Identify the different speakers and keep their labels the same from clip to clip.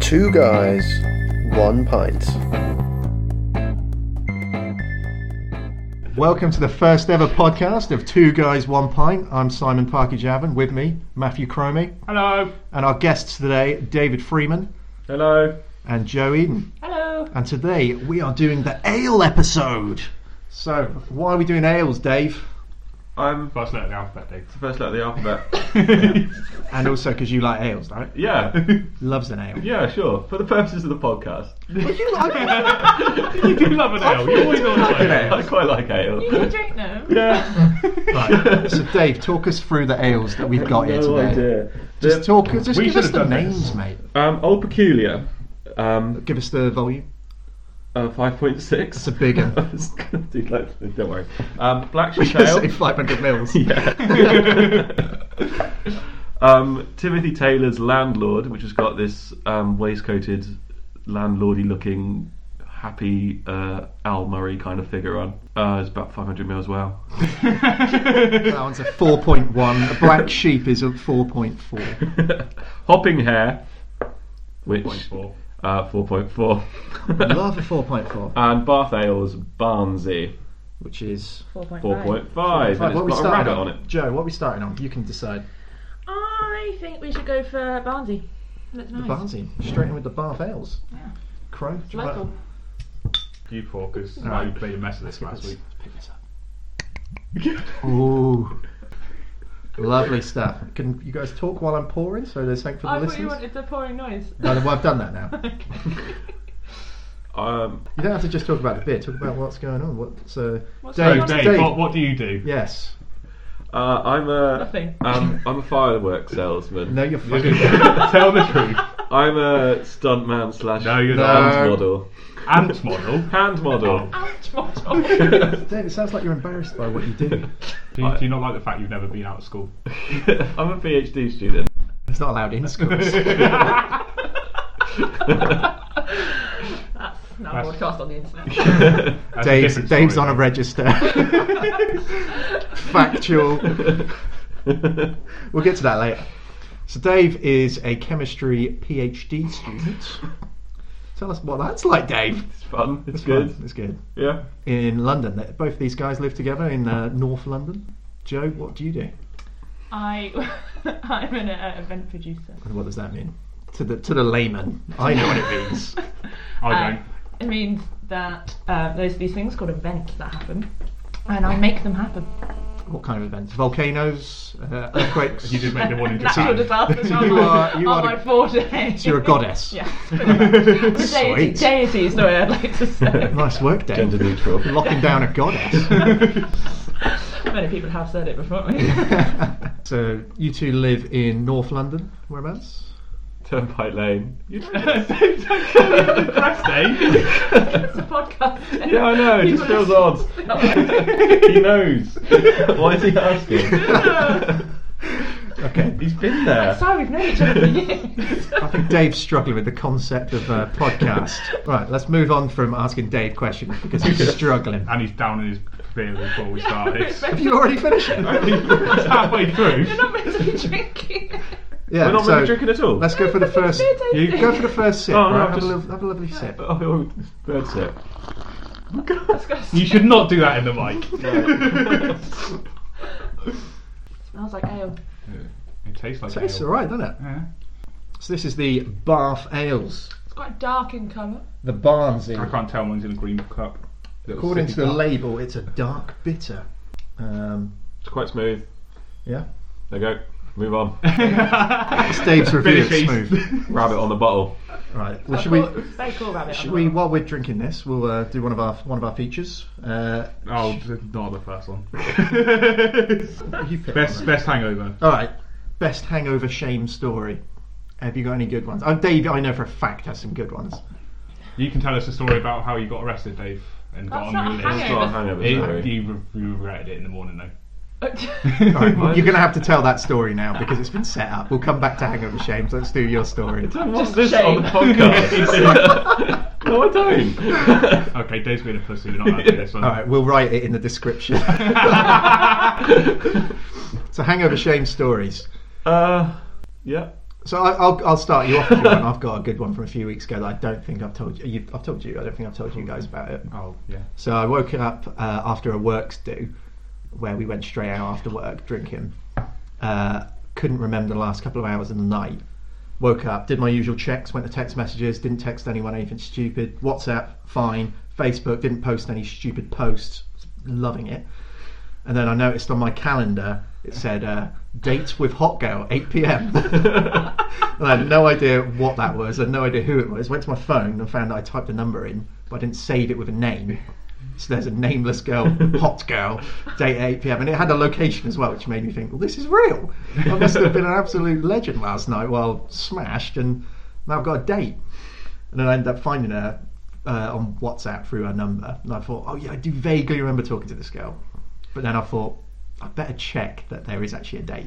Speaker 1: Two guys, one pint.
Speaker 2: Welcome to the first ever podcast of Two Guys One Pint. I'm Simon Parker Javin. With me, Matthew Cromie,
Speaker 3: Hello.
Speaker 2: and our guests today, David Freeman
Speaker 3: Hello.
Speaker 2: and Joe Eden.
Speaker 3: Hello.
Speaker 2: And today we are doing the ale episode. So, why are we doing ales, Dave?
Speaker 4: I'm
Speaker 3: First letter of the alphabet, Dave.
Speaker 4: first letter of the alphabet.
Speaker 2: And also because you like ales, right?
Speaker 4: yeah,
Speaker 2: Loves an ale.
Speaker 4: yeah, sure. For the purposes of the podcast,
Speaker 3: you do love an ale. You always love an ale.
Speaker 4: I quite like ale.
Speaker 5: drink now.
Speaker 4: Yeah,
Speaker 2: Right. So, Dave, talk us through the ales that we've got here
Speaker 4: no
Speaker 2: today.
Speaker 4: idea.
Speaker 2: Just talk. Just
Speaker 3: We
Speaker 2: give
Speaker 3: should
Speaker 2: us
Speaker 3: have
Speaker 2: the
Speaker 3: done
Speaker 2: names,
Speaker 3: this.
Speaker 2: mate.
Speaker 4: Um, old peculiar. Um,
Speaker 2: Give us the volume.
Speaker 4: uh, five point six.
Speaker 2: It's a big one.
Speaker 4: Don't worry. Um, black
Speaker 2: Say
Speaker 4: Shale.
Speaker 2: 500 mils.
Speaker 4: yeah. um, Timothy Taylor's landlord, which has got this um, waistcoated, landlordy looking, happy uh, Al Murray kind of figure on. Uh, it's about 500 mil as well.
Speaker 2: That one's a 4.1. A black sheep is a 4.4.
Speaker 4: Hopping hair, which
Speaker 3: Four.
Speaker 4: uh, 4.4.
Speaker 2: Love a 4.4,
Speaker 4: and Bath Ale's Barnsey,
Speaker 2: which is.
Speaker 4: 4.5.
Speaker 2: Right,
Speaker 4: and
Speaker 2: what are we
Speaker 4: it's got a
Speaker 2: starting
Speaker 4: rabbit
Speaker 2: on?
Speaker 4: on it.
Speaker 2: Joe, what are we starting on? You can decide.
Speaker 5: I think we should go for Barnsley. Looks nice.
Speaker 2: Barnsley, straight in with the Bath Ales. Yeah. Crow, do you want
Speaker 5: Local.
Speaker 3: You four, because
Speaker 2: Right.
Speaker 3: you made a mess of this last week.
Speaker 2: to pick this up? Ooh. Lovely stuff. Can you guys talk while I'm pouring so there's something for the
Speaker 5: I thought you
Speaker 2: listeners?
Speaker 5: wanted the pouring noise.
Speaker 2: No, well, I've done that now.
Speaker 4: Um,
Speaker 2: You don't have to just talk about the beer, talk about what's going on. What's, uh,
Speaker 5: What's
Speaker 3: So,
Speaker 2: Dave,
Speaker 3: Dave, What, what do you do?
Speaker 2: Yes.
Speaker 4: uh, I'm a
Speaker 5: Nothing.
Speaker 2: Uh,
Speaker 4: um, I'm a fireworks salesman.
Speaker 2: No, you're fucking.
Speaker 3: Tell the truth.
Speaker 4: I'm a stuntman slash
Speaker 3: No, you're
Speaker 2: not.
Speaker 4: hand
Speaker 2: No.
Speaker 4: model.
Speaker 3: Ant model. Oh.
Speaker 4: Hand model.
Speaker 5: Ouch, model.
Speaker 2: Dave, it sounds like you're embarrassed by what you do.
Speaker 3: Do you, do you not like the fact you've never been out of school?
Speaker 4: I'm a PhD student.
Speaker 2: It's not allowed in schools.
Speaker 5: That's not broadcast on the internet.
Speaker 3: That's a
Speaker 2: Dave's,
Speaker 3: different story,
Speaker 2: Dave's on a
Speaker 3: Dave.
Speaker 2: register. Factual. We'll get to that later. So Dave is a chemistry PhD student. Tell us what that's like, Dave.
Speaker 4: It's fun. It's good.
Speaker 2: Fun. It's good.
Speaker 4: Yeah.
Speaker 2: In London, th- both these guys live together in uh, North London. Joe, what do you do,
Speaker 5: I, I'm an uh, event producer.
Speaker 2: and what does that mean to the to the layman? I know what it means.
Speaker 3: I
Speaker 5: Uh,
Speaker 3: don't.
Speaker 5: It means that uh, there's these things called events that happen, and I make them happen.
Speaker 2: What kind of events? Volcanoes, uh, earthquakes.
Speaker 3: You did make the one in
Speaker 5: Natural
Speaker 3: Japan.
Speaker 5: disasters are
Speaker 2: You
Speaker 5: my-
Speaker 2: are- you
Speaker 5: are
Speaker 2: are
Speaker 5: my
Speaker 2: the-
Speaker 5: forte.
Speaker 2: So you're a goddess.
Speaker 5: Yeah. The deity,
Speaker 2: Sweet.
Speaker 5: deity is the way I'd like to say.
Speaker 2: Nice work, Dave.
Speaker 4: Gender neutral.
Speaker 2: Locking down a goddess.
Speaker 5: Many people have said it before me.
Speaker 2: so you two live in North London. Whereabouts?
Speaker 4: Turnpike Lane. You
Speaker 3: Press Dave.
Speaker 5: it's a podcast.
Speaker 4: Yeah, I know. It just feels odd. he knows. Why is he asking?
Speaker 2: Okay.
Speaker 4: He's been there.
Speaker 5: Sorry, we've known each other for years.
Speaker 2: I think Dave's struggling with the concept of uh, podcast. right, let's move on from asking Dave questions because he's struggling.
Speaker 3: And he's down in his beer before we start this.
Speaker 2: Have you already finished it?
Speaker 3: It's halfway through.
Speaker 5: You're not meant to be drinking.
Speaker 2: Yeah,
Speaker 4: We're not
Speaker 2: so
Speaker 4: really drinking at all.
Speaker 2: Let's go for the first.
Speaker 5: You
Speaker 2: Go for the first sip.
Speaker 4: Oh, no,
Speaker 2: right?
Speaker 4: I'm
Speaker 2: have,
Speaker 4: just-
Speaker 2: a lovely, have a lovely sip.
Speaker 4: Oh, oh, bird sip. Oh,
Speaker 3: You should not do that in the mic.
Speaker 5: Smells like ale.
Speaker 3: It tastes like
Speaker 2: Tastes
Speaker 3: ale.
Speaker 2: all right, doesn't it?
Speaker 3: Yeah.
Speaker 2: So this is the Bath Ales,
Speaker 5: It's quite dark in colour.
Speaker 2: the Barnsley.
Speaker 3: I can't tell one's in a green cup. Little
Speaker 2: According
Speaker 3: sippy
Speaker 2: to the
Speaker 3: cup.
Speaker 2: label, it's a dark bitter. Um,
Speaker 4: It's quite smooth.
Speaker 2: yeah,
Speaker 4: There you go. Move on.
Speaker 2: it's Dave's review. It's
Speaker 3: Finish these.
Speaker 2: smooth.
Speaker 4: Rabbit on the bottle.
Speaker 2: Right. Well, should we?
Speaker 5: Very cool rabbit.
Speaker 2: Should we, while we're drinking this, we'll uh, do one of our one of our features. Uh,
Speaker 3: Oh, th- not the first one.
Speaker 2: you pick
Speaker 3: best
Speaker 2: one,
Speaker 3: best hangover.
Speaker 2: All right, best hangover shame story. Have you got any good ones? Oh, Dave, I know for a fact has some good ones.
Speaker 3: You can tell us a story about how you got arrested, Dave, and got
Speaker 5: That's
Speaker 3: on
Speaker 5: not
Speaker 3: your
Speaker 5: a
Speaker 3: list.
Speaker 4: It's not a hangover,
Speaker 3: It,
Speaker 4: sorry.
Speaker 3: you, re- you regretted it in the morning though.
Speaker 5: we?
Speaker 2: All right, you're going to have to tell that story now because it's been set up. We'll come back to hangover shames. Let's do your story.
Speaker 4: What's this
Speaker 5: shame.
Speaker 4: on the podcast? no, I don't.
Speaker 3: Okay, Dave's being a pussy. We're not allowed to do this one.
Speaker 2: All right, we'll write it in the description. so hangover shame stories.
Speaker 4: Uh, yeah.
Speaker 2: So I, I'll, I'll start you off. With one. I've got a good one from a few weeks ago that I don't think I've told you. you I've told you. I don't think I've told you guys about it.
Speaker 3: Oh, yeah.
Speaker 2: So I woke up uh, after a works do, where we went straight out after work drinking. Uh, couldn't remember the last couple of hours of the night. Woke up, did my usual checks, went to text messages, didn't text anyone anything stupid. WhatsApp, fine. Facebook, didn't post any stupid posts. Loving it. And then I noticed on my calendar it said uh, date with hot girl 8 p.m. and I had no idea what that was. I had no idea who it was. Went to my phone and found that I typed a number in, but I didn't save it with a name. So there's a nameless girl, hot girl, date at 8 p.m. And it had a location as well, which made me think, well, this is real. I must have been an absolute legend last night while smashed, and now I've got a date. And then I ended up finding her uh, on WhatsApp through her number. And I thought, oh, yeah, I do vaguely remember talking to this girl. But then I thought, I better check that there is actually a date.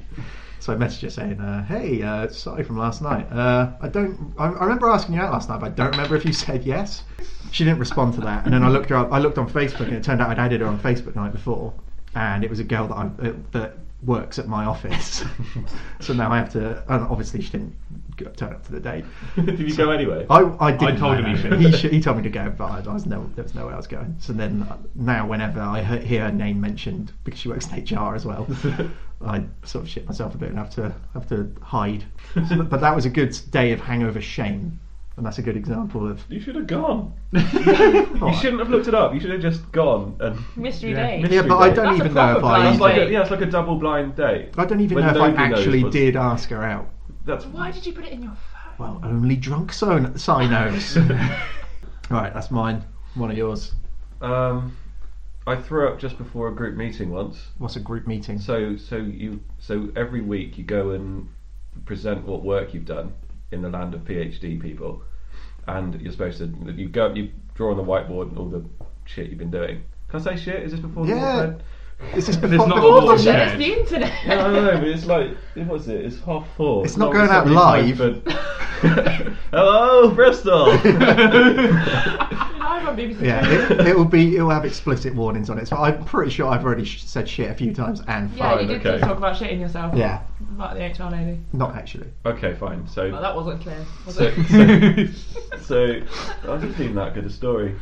Speaker 2: So I messaged her saying, uh, "Hey, uh, sorry from last night. Uh, I don't. I, I remember asking you out last night, but I don't remember if you said yes." She didn't respond to that, and then I looked her up. I looked on Facebook, and it turned out I'd added her on Facebook the night before, and it was a girl that I, uh, that works at my office. so now I have to. And obviously, she didn't go- turn up to the date.
Speaker 4: Did you go anyway?
Speaker 2: I, I didn't.
Speaker 3: told
Speaker 2: know
Speaker 3: him he
Speaker 2: that.
Speaker 3: should.
Speaker 2: He, should- he told me to go, but I, I was no, there was nowhere I was going. So then uh, now, whenever I he- hear her name mentioned, because she works in HR as well, I sort of shit myself a bit and have to have to hide. So, but- but that was a good day of hangover shame, and that's a good example of.
Speaker 4: You should have gone. You
Speaker 2: Alright.
Speaker 4: shouldn't have looked it up. You should have just gone and.
Speaker 5: Mystery
Speaker 3: Yeah.
Speaker 5: date.
Speaker 4: Mystery
Speaker 2: Yeah, but I
Speaker 4: date.
Speaker 2: don't
Speaker 5: That's a
Speaker 2: even know if
Speaker 5: proper
Speaker 2: I.
Speaker 5: blind
Speaker 4: It's like a,
Speaker 5: date.
Speaker 4: yeah, it's like a double blind date.
Speaker 2: I don't even
Speaker 4: When
Speaker 2: know if I
Speaker 4: nobody knows
Speaker 2: actually
Speaker 4: what's-
Speaker 2: did ask her out.
Speaker 4: That's
Speaker 5: Why did you put it in your phone?
Speaker 2: Well, only drunk so sign knows. right, that's mine. One of yours.
Speaker 4: Um, I threw up just before a group meeting once.
Speaker 2: What's a group meeting?
Speaker 4: So so you so every week you go and present what work you've done in the land of PhD people, and you're supposed to you go you draw on the whiteboard and all the shit you've been doing. Can I say shit? Is this before? the
Speaker 2: Yeah.
Speaker 4: board?
Speaker 2: Is this
Speaker 3: It's
Speaker 2: before,
Speaker 3: not
Speaker 2: before
Speaker 3: all
Speaker 4: Oh,
Speaker 2: the-
Speaker 5: It's
Speaker 3: shared.
Speaker 5: the internet.
Speaker 4: No, I don't know, but it's like what's it? It's half four.
Speaker 2: It's not going out
Speaker 4: really time for- Hello, Bristol.
Speaker 5: Live on BBC.
Speaker 2: Yeah, it, it will be. It will have explicit warnings on it. So I'm pretty sure I've already sh- said shit a few times and
Speaker 5: Yeah,
Speaker 2: five.
Speaker 5: you did
Speaker 4: okay.
Speaker 5: just talk about shitting yourself.
Speaker 2: Yeah,
Speaker 5: Like the HR lady.
Speaker 2: not actually.
Speaker 4: okay, fine. So
Speaker 5: Well, that wasn't clear, was
Speaker 4: So,
Speaker 5: it?
Speaker 4: so, so I didn't even that good a story.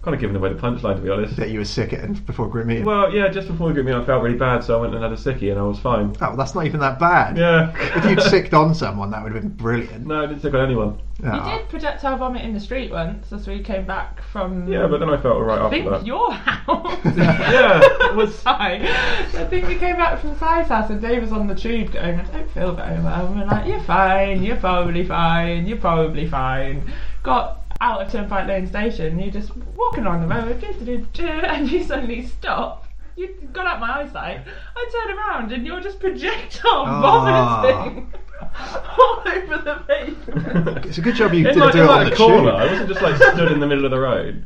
Speaker 4: Kind of giving away the punchline, to be honest.
Speaker 2: That you were sick and before group meeting.
Speaker 4: Well, yeah, just before we got me, I felt really bad, so I went and had a sickie, and I was fine.
Speaker 2: oh, that's not even that bad.
Speaker 4: Yeah.
Speaker 2: If you'd sicked on someone, that would have been brilliant.
Speaker 4: No, I didn't sick on anyone.
Speaker 5: You
Speaker 2: Ah.
Speaker 5: did projectile vomit in the street once as we came back from.
Speaker 4: Yeah, but then I felt alright
Speaker 5: I
Speaker 4: after
Speaker 5: think
Speaker 4: that.
Speaker 5: your house.
Speaker 4: Yeah, it was.
Speaker 5: Sorry. I think we came back from Sai's house and Dave was on the tube going, I don't feel very well. And we're like, you're fine, you're probably fine, you're probably fine. Got out of Turnpike Lane Station, you're just walking on the road, do-do-do-do, and you suddenly stop. You got out my eyesight. I turn around and you're just projectile
Speaker 2: Ah.
Speaker 5: vomiting all over the pavement.
Speaker 2: It's a good job you
Speaker 4: In
Speaker 2: didn't
Speaker 4: like,
Speaker 2: do
Speaker 4: in
Speaker 2: it on
Speaker 4: like
Speaker 2: the
Speaker 4: a corner.
Speaker 2: tube.
Speaker 4: I wasn't just like stood in the middle of the road.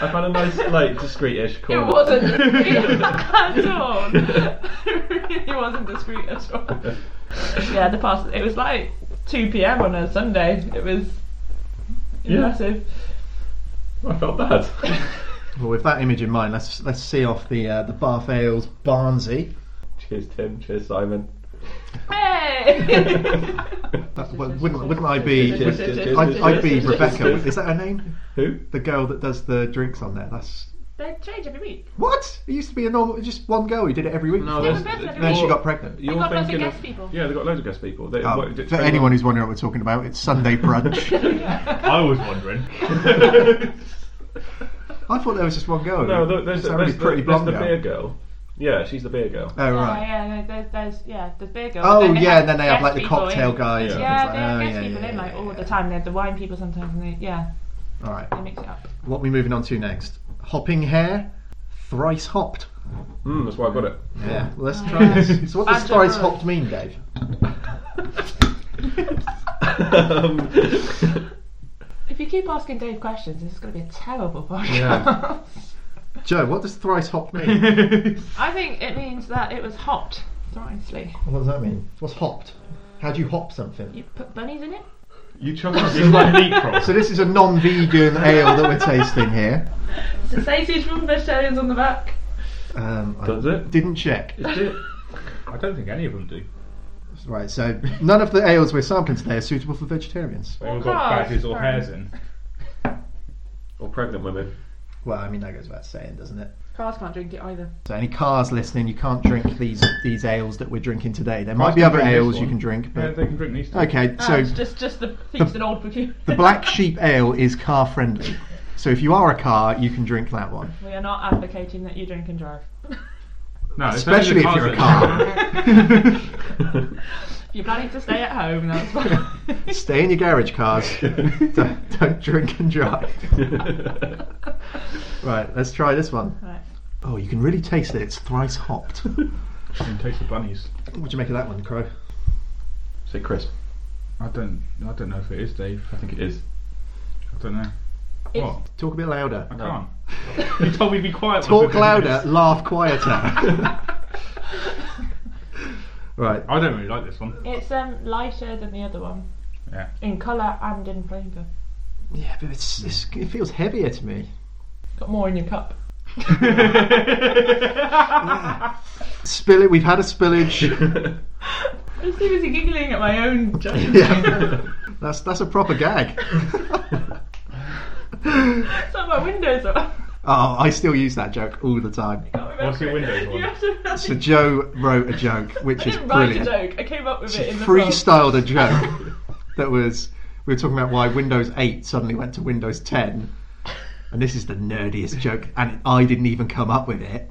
Speaker 4: I found a nice, like, discreet-ish corner.
Speaker 5: It wasn't discreet at all. it really wasn't discreet at all. Yeah, the past. It was like 2 p.m. on a Sunday. It was
Speaker 4: Yeah.
Speaker 5: impressive.
Speaker 4: I felt bad.
Speaker 2: Well, with that image in mind, let's let's see off the uh, the Bath Ales Barnsey.
Speaker 4: cheers, Tim. Cheers, Simon.
Speaker 5: Hey!
Speaker 2: That- well, wouldn't wouldn't I be?
Speaker 4: Cheers,
Speaker 5: Cheers,
Speaker 4: cheers,
Speaker 5: cheers,
Speaker 4: cheers,
Speaker 2: I'd, I'd be
Speaker 4: cheers, cheers,
Speaker 2: Rebecca.
Speaker 4: cheers.
Speaker 2: Is that her name?
Speaker 4: Who?
Speaker 2: The girl that does the drinks on there. That's
Speaker 5: they change every week.
Speaker 2: what it used to be a normal, just one girl who did it every week.
Speaker 4: No,
Speaker 2: before.
Speaker 5: there's-
Speaker 4: there's,
Speaker 5: Stephen Bedford,
Speaker 2: then she
Speaker 5: you're-
Speaker 2: got pregnant.
Speaker 4: You're
Speaker 5: They got loads of
Speaker 4: thinking
Speaker 5: guest
Speaker 4: of,
Speaker 5: people.
Speaker 4: Yeah, they got loads of guest people. They,
Speaker 2: Oh,
Speaker 4: what-
Speaker 2: for anyone who's wondering what we're talking about, it's Sunday brunch.
Speaker 3: I was wondering.
Speaker 2: I thought there was just one girl.
Speaker 4: No, there- there's,
Speaker 2: It's
Speaker 4: there's,
Speaker 2: a really
Speaker 4: the-
Speaker 2: pretty
Speaker 4: there's
Speaker 2: blonde
Speaker 4: the
Speaker 2: girl.
Speaker 4: beer girl. Yeah, she's the beer girl.
Speaker 2: Oh
Speaker 5: Oh,
Speaker 2: right.
Speaker 5: yeah, no, there's, there's, yeah, there's beer girls.
Speaker 2: Oh
Speaker 5: Then
Speaker 2: yeah,
Speaker 5: had
Speaker 2: and then they have
Speaker 5: guest
Speaker 2: like the
Speaker 5: people
Speaker 2: cocktail
Speaker 5: in.
Speaker 2: guys.
Speaker 4: Yeah.
Speaker 2: and
Speaker 5: Yeah,
Speaker 2: things
Speaker 5: they
Speaker 2: like- oh,
Speaker 5: have guest people in like all the time. They have the wine people sometimes, and they, yeah,
Speaker 2: All right.
Speaker 5: they mix it up.
Speaker 2: What are we moving on to next? Hopping hair, thrice hopped.
Speaker 4: Mm, that's why I got it.
Speaker 2: Yeah, let's
Speaker 5: Oh,
Speaker 2: try
Speaker 5: yeah.
Speaker 2: this. So what does
Speaker 5: Badger
Speaker 2: thrice
Speaker 5: bird.
Speaker 2: hopped mean, Dave?
Speaker 4: Um,
Speaker 5: If you keep asking Dave questions, this is going to be a terrible podcast.
Speaker 4: Yeah.
Speaker 2: Joe, what does thrice hopped mean?
Speaker 5: I think it means that it was hot. Honestly,
Speaker 2: what does that mean? What's hopped? How do you hop something?
Speaker 5: you put bunnies in it.
Speaker 4: you chuck
Speaker 3: It's like leapfrog.
Speaker 2: So this is a non-vegan ale that we're tasting here.
Speaker 5: It's a sausage from vegetarians on the back.
Speaker 2: Um, I
Speaker 4: Does it?
Speaker 2: Didn't check.
Speaker 4: Is it?
Speaker 3: I don't think any of them do.
Speaker 2: Right, so none of the ales we're sampling today are suitable for vegetarians.
Speaker 3: Anyone got
Speaker 5: Gosh,
Speaker 3: badges or
Speaker 5: right.
Speaker 3: hairs in?
Speaker 4: Or pregnant women.
Speaker 2: Well, I mean, that goes without saying, doesn't it?
Speaker 5: Cars can't drink it either.
Speaker 2: So, any cars listening, you can't drink these these ales that we're drinking today. There might
Speaker 3: Cars
Speaker 2: be
Speaker 3: can
Speaker 2: other
Speaker 3: drink this
Speaker 2: ales you
Speaker 3: one.
Speaker 2: can drink,
Speaker 3: Yeah,
Speaker 2: but
Speaker 3: they can drink these. Two.
Speaker 2: okay.
Speaker 5: Ah,
Speaker 2: So
Speaker 5: it's just just the thieves and old peculiar.
Speaker 2: the black sheep ale is car friendly. So if you are a car, you can drink that one.
Speaker 5: We are not advocating that you drink and drive.
Speaker 3: No, it's
Speaker 2: Especially if
Speaker 3: only
Speaker 2: you're a
Speaker 3: the
Speaker 2: car.
Speaker 5: You're planning to stay at home, that's fine.
Speaker 2: Stay in your garage, cars. don't, don't drink and drive. Right, let's try this one.
Speaker 5: Right.
Speaker 2: Oh, you can really taste that it's thrice hopped.
Speaker 3: You can taste the bunnies.
Speaker 2: What do you make of that one, Crow?
Speaker 4: Say Chris.
Speaker 3: I don't. I don't know if it is Dave.
Speaker 4: I think it is.
Speaker 3: I don't know.
Speaker 5: It's-
Speaker 3: What?
Speaker 2: Talk a bit louder.
Speaker 3: I
Speaker 4: No.
Speaker 3: can't. you told me to be quiet.
Speaker 2: Talk
Speaker 3: once I said
Speaker 2: louder,
Speaker 3: this.
Speaker 2: laugh quieter. right,
Speaker 3: I don't really like this one.
Speaker 5: It's um lighter than the other one
Speaker 3: Yeah.
Speaker 5: in colour and in flavour.
Speaker 2: yeah, but it's, it's it feels heavier to me.
Speaker 5: Got more in your cup.
Speaker 2: Spill it. We've had a spillage.
Speaker 5: I was too busy giggling at my own joke.
Speaker 2: yeah, that's that's a proper gag.
Speaker 5: it's on my windows. Up.
Speaker 2: Oh, I still use that joke all the time.
Speaker 3: What's your windows
Speaker 5: You
Speaker 3: on?
Speaker 5: have to really-
Speaker 2: So Joe wrote a joke, which
Speaker 5: I
Speaker 2: is
Speaker 5: didn't write
Speaker 2: brilliant.
Speaker 5: a joke. I came up with it in the
Speaker 2: freestyled a joke that was we were talking about why Windows 8 suddenly went to Windows 10, and this is the nerdiest joke, and I didn't even come up with it.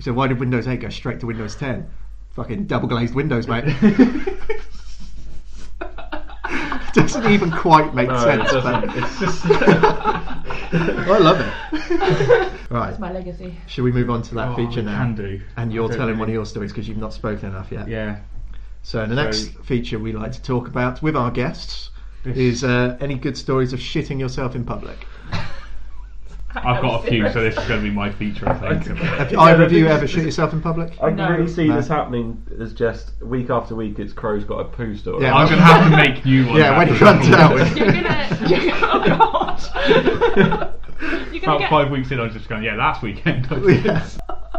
Speaker 2: So why did Windows 8 go straight to Windows 10? Fucking double glazed windows, mate. doesn't even quite make
Speaker 4: No, it
Speaker 2: sense.
Speaker 4: doesn't.
Speaker 2: But
Speaker 4: It's just-
Speaker 2: I love it.
Speaker 5: It's
Speaker 2: right,
Speaker 5: my legacy.
Speaker 2: should we move on to that
Speaker 3: Oh,
Speaker 2: feature
Speaker 3: we
Speaker 2: now?
Speaker 3: Can do.
Speaker 2: And you're
Speaker 3: I don't
Speaker 2: telling one of
Speaker 3: really-
Speaker 2: your stories because you've not spoken enough yet.
Speaker 3: Yeah.
Speaker 2: So the next feature we like to talk about with our guests
Speaker 3: This-
Speaker 2: is uh, any good stories of shitting yourself in public.
Speaker 3: I've got a few, so this is going to be my feature, I think.
Speaker 2: Have either of you
Speaker 4: this
Speaker 2: ever
Speaker 4: is-
Speaker 2: shit yourself in public?
Speaker 4: I can
Speaker 5: No.
Speaker 4: really see
Speaker 2: No.
Speaker 4: this happening as just week after week. It's Crow's got a poo story.
Speaker 2: Yeah.
Speaker 3: I'm going to have to make you one.
Speaker 2: Yeah, when
Speaker 3: after
Speaker 2: he runs
Speaker 3: that.
Speaker 2: out. with-
Speaker 5: You're gonna. You're gonna oh god. you're gonna
Speaker 3: About
Speaker 5: get.
Speaker 3: five weeks in, I was just going, yeah, last weekend. I did.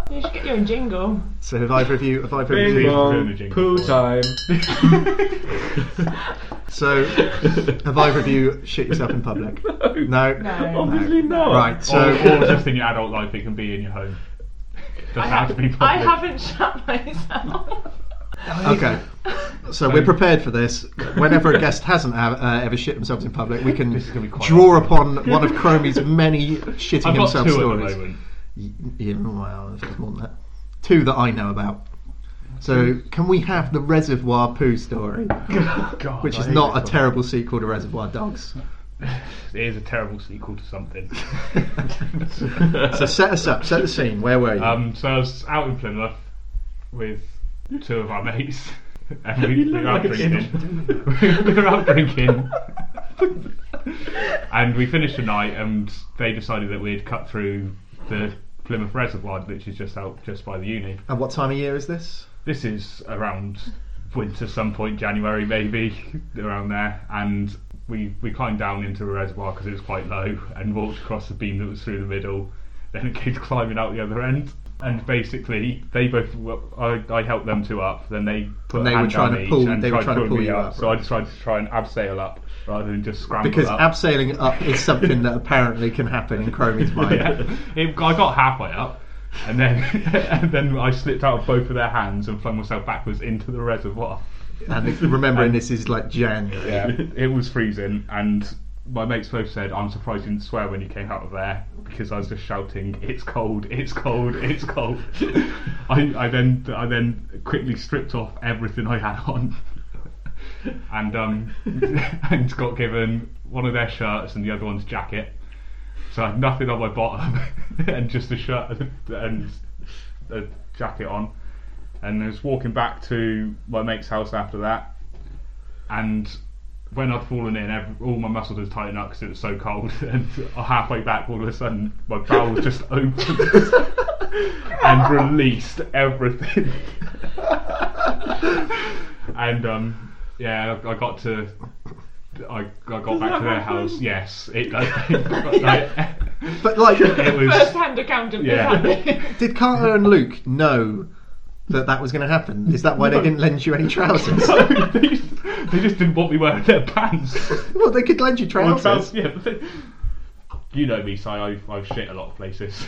Speaker 2: Yeah.
Speaker 5: You should get your own jingle.
Speaker 2: So have either of you? Have either of
Speaker 4: Bing
Speaker 2: you?
Speaker 4: bong, poo time.
Speaker 2: So have either of you shit yourself in public? No.
Speaker 5: No.
Speaker 4: Obviously not. Oh,
Speaker 2: Right.
Speaker 3: Or,
Speaker 2: So
Speaker 3: or just
Speaker 4: "Ah,
Speaker 3: in your adult life, it can be in your home. Doesn't
Speaker 5: I,
Speaker 3: have to be public.
Speaker 5: I haven't shut myself.
Speaker 2: okay. So we're prepared for this. Whenever a guest hasn't ha- uh, ever shit themselves in public, we can
Speaker 3: This is gonna be quite
Speaker 2: draw upon one of Chromie's many shitting
Speaker 3: I've got two
Speaker 2: himself
Speaker 3: at
Speaker 2: stories.
Speaker 3: the moment.
Speaker 2: Yeah, well, there's more than that. Two that I know about. So, can we have the Reservoir Poo story,
Speaker 3: God,
Speaker 2: which
Speaker 3: I
Speaker 2: is
Speaker 3: hate
Speaker 2: not a
Speaker 3: this one.
Speaker 2: terrible sequel to Reservoir Dogs?
Speaker 3: It is a terrible sequel to something.
Speaker 2: So, set us up, set the scene. Where were you?
Speaker 3: Um, so I was out in Plymouth with two of our mates, and we, we
Speaker 4: You look
Speaker 3: were out
Speaker 4: like a kid.
Speaker 3: drinking. we were out drinking, and we finished the night, and they decided that we'd cut through the Plymouth Reservoir, which is just out just by the uni.
Speaker 2: and what time of year is this?
Speaker 3: This is around winter, some point January maybe, around there, and. We, we climbed down into the reservoir because it was quite low and walked across the beam that was through the middle, then came climbing out the other end. And basically, they both I, I helped them two up. Then they put
Speaker 2: And they
Speaker 3: a
Speaker 2: were
Speaker 3: hand
Speaker 2: trying
Speaker 3: on
Speaker 2: to
Speaker 3: me
Speaker 2: pull-
Speaker 3: and
Speaker 2: they were
Speaker 3: tried
Speaker 2: trying to
Speaker 3: pulling
Speaker 2: pull
Speaker 3: me
Speaker 2: you
Speaker 3: up.
Speaker 2: up,
Speaker 3: So I
Speaker 2: right.
Speaker 3: decided to try and abseil up rather than just scramble
Speaker 2: Because
Speaker 3: up.
Speaker 2: abseiling up is something that apparently can happen in Chromie's mind.
Speaker 3: yeah, it, I got halfway up, and then and then I slipped out of both of their hands and flung myself backwards into the reservoir.
Speaker 2: And if- remembering this is like January.
Speaker 3: Yeah, it was freezing, and my mates both said, "I'm surprised you didn't swear when you came out of there because I was just shouting, it's cold, it's cold, it's cold." I, I then I then quickly stripped off everything I had on, and um and got given one of their shirts and the other one's jacket, so I had nothing on my bottom and just a shirt and a jacket on. And I was walking back to my mate's house after that, and when I'd fallen in, ev all my muscles had tightened up because it was so cold. And halfway back, all of a sudden, my bowels just opened and released everything. and um, yeah, I I got to. I, I got back to their house. Yes, it does. Like,
Speaker 2: But like,
Speaker 3: it was.
Speaker 5: First hand account of
Speaker 3: Yeah.
Speaker 5: this happening.
Speaker 2: did Carter and Luke know that that was going to happen? Is that why they
Speaker 3: No.
Speaker 2: didn't lend you any trousers?
Speaker 3: So they, just, they just didn't want me wearing their pants.
Speaker 2: well, they could lend you
Speaker 3: Or
Speaker 2: trousers.
Speaker 3: trousers, yeah, but they- you know me, Si, I, I shit a lot of places.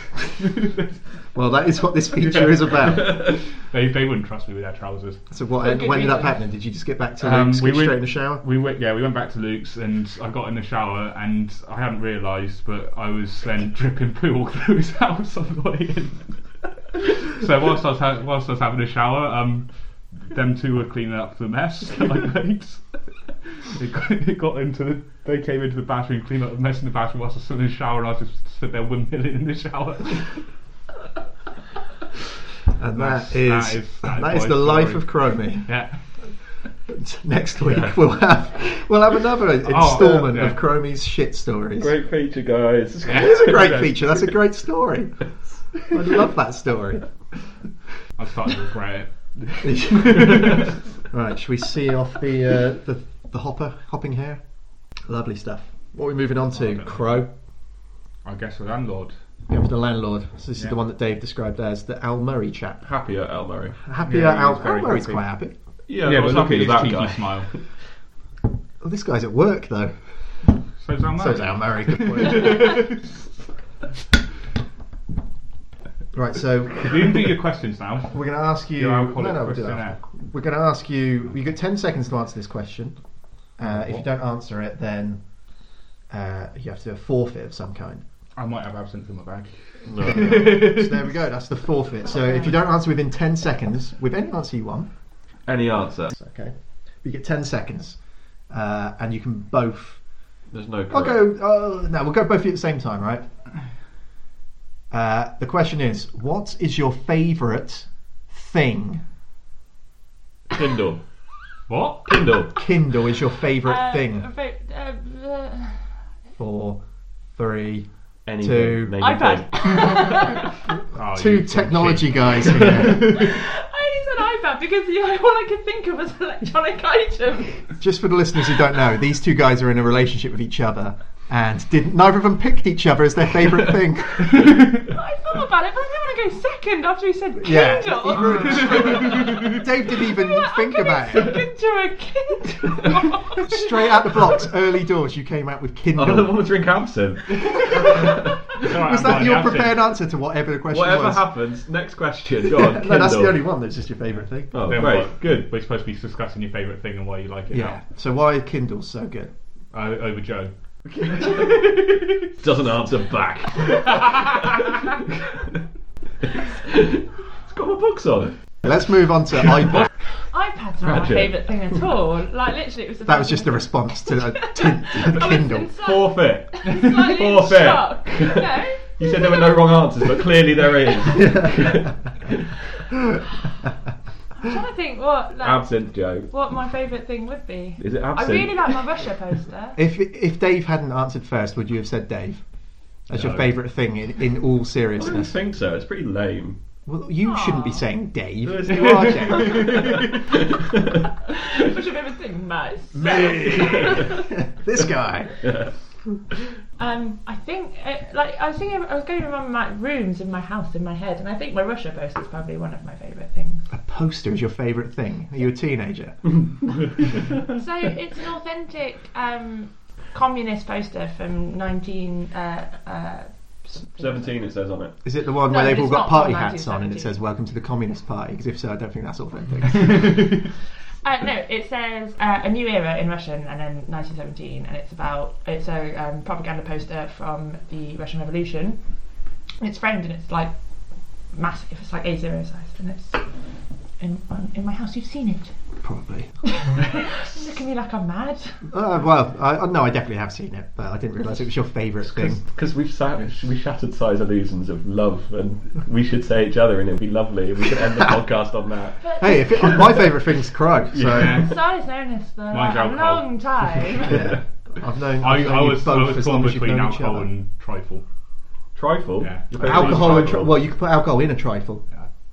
Speaker 2: Well, that is what this feature is about.
Speaker 3: they, they wouldn't trust me with their trousers.
Speaker 2: So what, what
Speaker 5: For good
Speaker 2: ended up
Speaker 5: reason.
Speaker 2: happening? Did you just get back to
Speaker 3: Um,
Speaker 2: Luke's,
Speaker 3: we
Speaker 2: get
Speaker 3: went-
Speaker 2: straight in the shower?
Speaker 3: We went, yeah, we went back to Luke's, and I got in the shower, and I hadn't realised, but I was then dripping poo all through his house on the way in. so whilst I was ha- whilst I was having a shower, um, them two were cleaning up the mess that I made. It got, it got into the, they came into the bathroom, cleaned up the mess in the bathroom whilst I was still in the shower, and I just stood there windmilling in the shower.
Speaker 2: And
Speaker 3: That's-
Speaker 2: that is
Speaker 3: that is- that is
Speaker 2: that is
Speaker 3: my
Speaker 2: the life
Speaker 3: story.
Speaker 2: of Cromie.
Speaker 3: yeah.
Speaker 2: Next week
Speaker 3: Yeah. Oh,
Speaker 2: we'll have we'll have another instalment
Speaker 3: yeah.
Speaker 2: of Cromie's shit stories.
Speaker 4: Great feature, guys.
Speaker 3: Yeah.
Speaker 2: It is a great
Speaker 3: Yeah.
Speaker 2: feature. That's a great story. I love that story.
Speaker 3: I'm starting to regret
Speaker 2: right,
Speaker 3: it.
Speaker 2: should we see off the uh, the the hopper hopping hair? Lovely stuff. What are we moving on
Speaker 3: Oh, I
Speaker 2: to?
Speaker 3: don't know.
Speaker 2: Crow.
Speaker 3: I guess the landlord.
Speaker 2: Yeah, with the landlord. So this is
Speaker 3: Yeah.
Speaker 2: the one that Dave described as the Al Murray chap.
Speaker 4: Happier Al Murray.
Speaker 2: Happier
Speaker 3: Yeah, he
Speaker 2: Al,
Speaker 3: was very
Speaker 2: Al Murray's
Speaker 3: happy.
Speaker 2: quite happy.
Speaker 4: Yeah,
Speaker 3: yeah, but
Speaker 4: but look
Speaker 3: lucky
Speaker 4: at
Speaker 3: his
Speaker 4: that
Speaker 3: cheeky
Speaker 4: guy.
Speaker 3: smile.
Speaker 2: Well, this guy's at work though.
Speaker 3: So's Al Murray.
Speaker 2: So's Al Murray, good
Speaker 5: point.
Speaker 2: Right, so
Speaker 3: you can do your questions now.
Speaker 2: we're going to ask you.
Speaker 3: Your
Speaker 2: No,
Speaker 3: alcoholic
Speaker 2: no, we'll do that.
Speaker 3: questionnaire.
Speaker 2: after. We're going to ask you. You get ten seconds to answer this question. Uh, if you don't answer it, then uh, you have to do a forfeit of some kind.
Speaker 3: I might have absinthe in my bag.
Speaker 4: No.
Speaker 2: So there we go. That's the forfeit. So if you don't answer within ten seconds, with any answer you want,
Speaker 4: Any answer?
Speaker 2: okay, you get ten seconds, uh, and you can both.
Speaker 4: There's no.
Speaker 2: I'll
Speaker 4: correct.
Speaker 2: go. Uh, no, we'll go both of you at the same time, right? Uh, the question is, what is your favourite thing?
Speaker 4: Kindle.
Speaker 3: What?
Speaker 4: Kindle.
Speaker 2: Kindle is your favourite
Speaker 5: Uh,
Speaker 2: thing.
Speaker 5: fa- uh, uh,
Speaker 2: Four, three,
Speaker 4: Anything.
Speaker 2: Two.
Speaker 4: Name a thing.
Speaker 5: iPad.
Speaker 3: Oh,
Speaker 2: two
Speaker 3: you
Speaker 2: technology
Speaker 3: cheat.
Speaker 2: guys here.
Speaker 5: I said iPad because you know, all I could think of was electronic items.
Speaker 2: Just for the listeners who don't know, these two guys are in a relationship with each other, and did neither of them picked each other as their favourite thing.
Speaker 5: I thought about it, but I didn't want to go second after he said Kindle.
Speaker 2: Yeah, he ruined- Dave didn't even
Speaker 5: Yeah,
Speaker 2: think
Speaker 5: I
Speaker 2: about
Speaker 5: couldn't
Speaker 2: it.
Speaker 5: Think into a Kindle.
Speaker 2: Straight out the blocks, early doors, you came out with
Speaker 4: I'm the one
Speaker 2: Kindle.
Speaker 4: to drink absinthe.
Speaker 3: It's alright,
Speaker 2: Was that
Speaker 3: I'm not
Speaker 2: your
Speaker 3: an
Speaker 2: prepared
Speaker 3: absinthe.
Speaker 2: answer to whatever the question
Speaker 4: Whatever
Speaker 2: was?
Speaker 4: happens, next question. Go on. Kindle.
Speaker 2: no, that's the only one that's just your favourite thing.
Speaker 4: Oh,
Speaker 3: Then
Speaker 4: great.
Speaker 3: what?
Speaker 4: Good.
Speaker 3: We're supposed to be discussing your favourite thing and why you like it
Speaker 2: Yeah. So why are Kindles so good?
Speaker 3: now. Uh, over Joe.
Speaker 4: Doesn't answer back. it's got my books on it.
Speaker 2: Let's move on to iPod.
Speaker 5: iPads are not my
Speaker 4: Roger.
Speaker 5: favourite thing at all. Like literally, it was.
Speaker 2: That was just the response to the, to the
Speaker 5: I was
Speaker 2: Kindle.
Speaker 5: in such-
Speaker 4: Forfeit.
Speaker 5: slightly in
Speaker 4: Forfeit.
Speaker 5: shock. No.
Speaker 4: You said there were no wrong answers, but clearly there is.
Speaker 5: I'm trying to think what like,
Speaker 4: Absinthe joke.
Speaker 5: what my favourite thing would be.
Speaker 4: Is it
Speaker 5: I
Speaker 4: absinthe?
Speaker 5: really like my Russia poster.
Speaker 2: If if Dave hadn't answered first, would you have said Dave as your
Speaker 4: No.
Speaker 2: favourite thing in, in all
Speaker 4: I don't
Speaker 2: seriousness?
Speaker 4: think so. It's pretty lame.
Speaker 2: Well, you shouldn't be
Speaker 5: Aw.
Speaker 2: saying Dave.
Speaker 4: Yes,
Speaker 2: You
Speaker 4: you
Speaker 2: are
Speaker 4: are.
Speaker 2: Dave.
Speaker 5: Which I've ever seen nice.
Speaker 2: this guy.
Speaker 5: Um, I think it, like I was thinking I was going around my rooms in my house in my head, and I think my Russia poster is probably one of my favourite things.
Speaker 2: A poster is your favourite thing. Are you a teenager?
Speaker 5: So it's an authentic um, communist poster from 19. Uh, uh,
Speaker 4: 17 it says on it.
Speaker 2: Is it the one
Speaker 5: No,
Speaker 2: where they've
Speaker 5: it's
Speaker 2: all got
Speaker 5: not from
Speaker 2: party hats on and it
Speaker 5: 1970.
Speaker 2: says "Welcome to the Communist Party"? Because if so, I don't think that's authentic.
Speaker 5: Uh, no, it says uh, a new era in Russian, and then 1917, and it's about it's a um, propaganda poster from the Russian Revolution. It's framed and it's like massive. It's like A0 size, and it's in, on, in my house. You've seen it.
Speaker 2: Probably.
Speaker 5: You Look at me like I'm mad.
Speaker 2: Uh, well, I, no, I definitely have seen it, but I didn't realise it was your favourite thing.
Speaker 4: Because we've sat, we shattered size illusions of love, and we should say each other, and it'd be lovely. We should end the podcast on that.
Speaker 5: But
Speaker 2: Hey, if it, uh, my favourite thing's Crow, so
Speaker 3: Yeah.
Speaker 5: size known this for like,
Speaker 3: Mine's
Speaker 5: a
Speaker 3: alcohol.
Speaker 5: long time.
Speaker 2: yeah. I've known.
Speaker 3: I,
Speaker 2: I've known
Speaker 3: I
Speaker 2: you
Speaker 3: was, I
Speaker 2: both
Speaker 3: was
Speaker 2: as long
Speaker 3: torn
Speaker 2: as you've
Speaker 3: between
Speaker 2: known each
Speaker 3: alcohol
Speaker 2: other.
Speaker 3: and trifle.
Speaker 4: Trifle?
Speaker 3: Yeah.
Speaker 4: Your favourite
Speaker 2: alcohol
Speaker 4: is
Speaker 2: and tri- well, you can put alcohol in a trifle.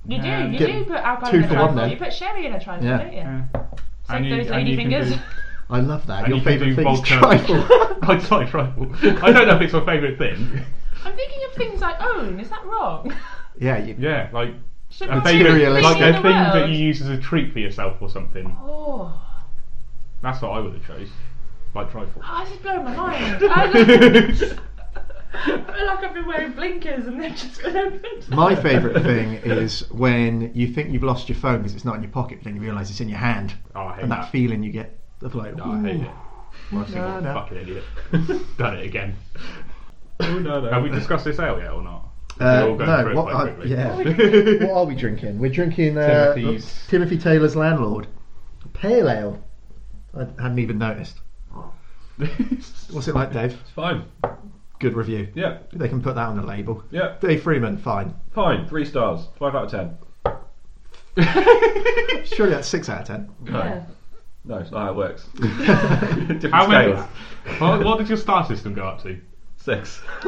Speaker 5: You do, you
Speaker 2: Get
Speaker 5: do put alcohol
Speaker 2: two
Speaker 5: in a
Speaker 2: for one
Speaker 5: trifle.
Speaker 2: then.
Speaker 5: You put sherry in a trifle,
Speaker 2: Yeah.
Speaker 5: don't you?
Speaker 3: Yeah.
Speaker 5: Like
Speaker 3: And you-
Speaker 5: those
Speaker 3: and
Speaker 5: lady
Speaker 3: you can
Speaker 5: fingers.
Speaker 3: do-
Speaker 2: I love that.
Speaker 3: And
Speaker 2: Your
Speaker 3: you can
Speaker 2: favourite
Speaker 3: do
Speaker 2: thing is
Speaker 3: vodka.
Speaker 2: trifle.
Speaker 3: I like trifle. I don't know if it's my favourite thing.
Speaker 5: I'm thinking of things I own. Is that wrong?
Speaker 2: yeah, you,
Speaker 3: Yeah, like
Speaker 5: Should
Speaker 3: a
Speaker 5: not
Speaker 3: baby,
Speaker 5: be
Speaker 2: materialistic.
Speaker 3: like
Speaker 5: in
Speaker 3: a
Speaker 5: the
Speaker 3: thing that
Speaker 5: world.
Speaker 3: you use as a treat for yourself or something.
Speaker 5: Oh,
Speaker 3: That's what I would have chose. Like trifle.
Speaker 5: I just blow my mind. I, just, I feel like I've been wearing blinkers and they've just been opened.
Speaker 2: My favourite thing is when you think you've lost your phone because it's not in your pocket, but then you realise it's in your hand,
Speaker 3: Oh, I hate
Speaker 2: and that,
Speaker 3: that.
Speaker 2: feeling you get of like,
Speaker 3: No, I hate it. I'm a single
Speaker 2: no.
Speaker 3: fucking idiot. Done it again.
Speaker 4: Oh, no, no.
Speaker 3: Have we discussed this ale yet or not?
Speaker 2: Uh,
Speaker 3: We're all going
Speaker 2: no,
Speaker 3: through it
Speaker 2: what
Speaker 3: quite
Speaker 2: are-
Speaker 3: quickly.
Speaker 2: yeah. what are we drinking? We're drinking uh,
Speaker 3: Timothy's-
Speaker 2: Timothy Taylor's Landlord Pale Ale. I hadn't even noticed.
Speaker 3: it's
Speaker 2: What's it like, Dave?
Speaker 4: fine.
Speaker 2: Good review.
Speaker 4: Yeah,
Speaker 2: They can put that on the label.
Speaker 4: yeah,
Speaker 2: Dave Freeman, fine.
Speaker 4: fine. Three stars. Five out of ten.
Speaker 2: Surely that's six out of ten.
Speaker 5: Yeah.
Speaker 4: No, it's not how it works. Different
Speaker 3: How many?
Speaker 4: scales.
Speaker 3: what, what did your star system go up to?
Speaker 4: Six.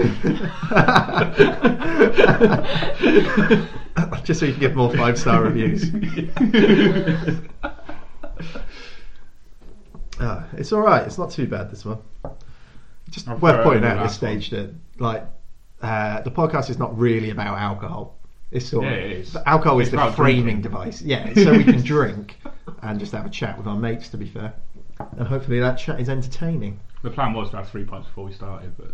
Speaker 2: Just so you can give more five star reviews. Uh, it's all right. It's not too bad. This one. Just
Speaker 3: I'm
Speaker 2: worth
Speaker 3: fair
Speaker 2: pointing
Speaker 3: over
Speaker 2: out at this
Speaker 3: that one.
Speaker 2: stage that like uh, the podcast is not really about alcohol. It's sort
Speaker 3: Yeah,
Speaker 2: of
Speaker 3: it is.
Speaker 2: the alcohol is
Speaker 3: It's
Speaker 2: the
Speaker 3: about
Speaker 2: framing
Speaker 3: drinking.
Speaker 2: device. Yeah, so we can drink and just have a chat with our mates. To be fair, and hopefully that chat is entertaining.
Speaker 3: The plan was to have three pints before we started, but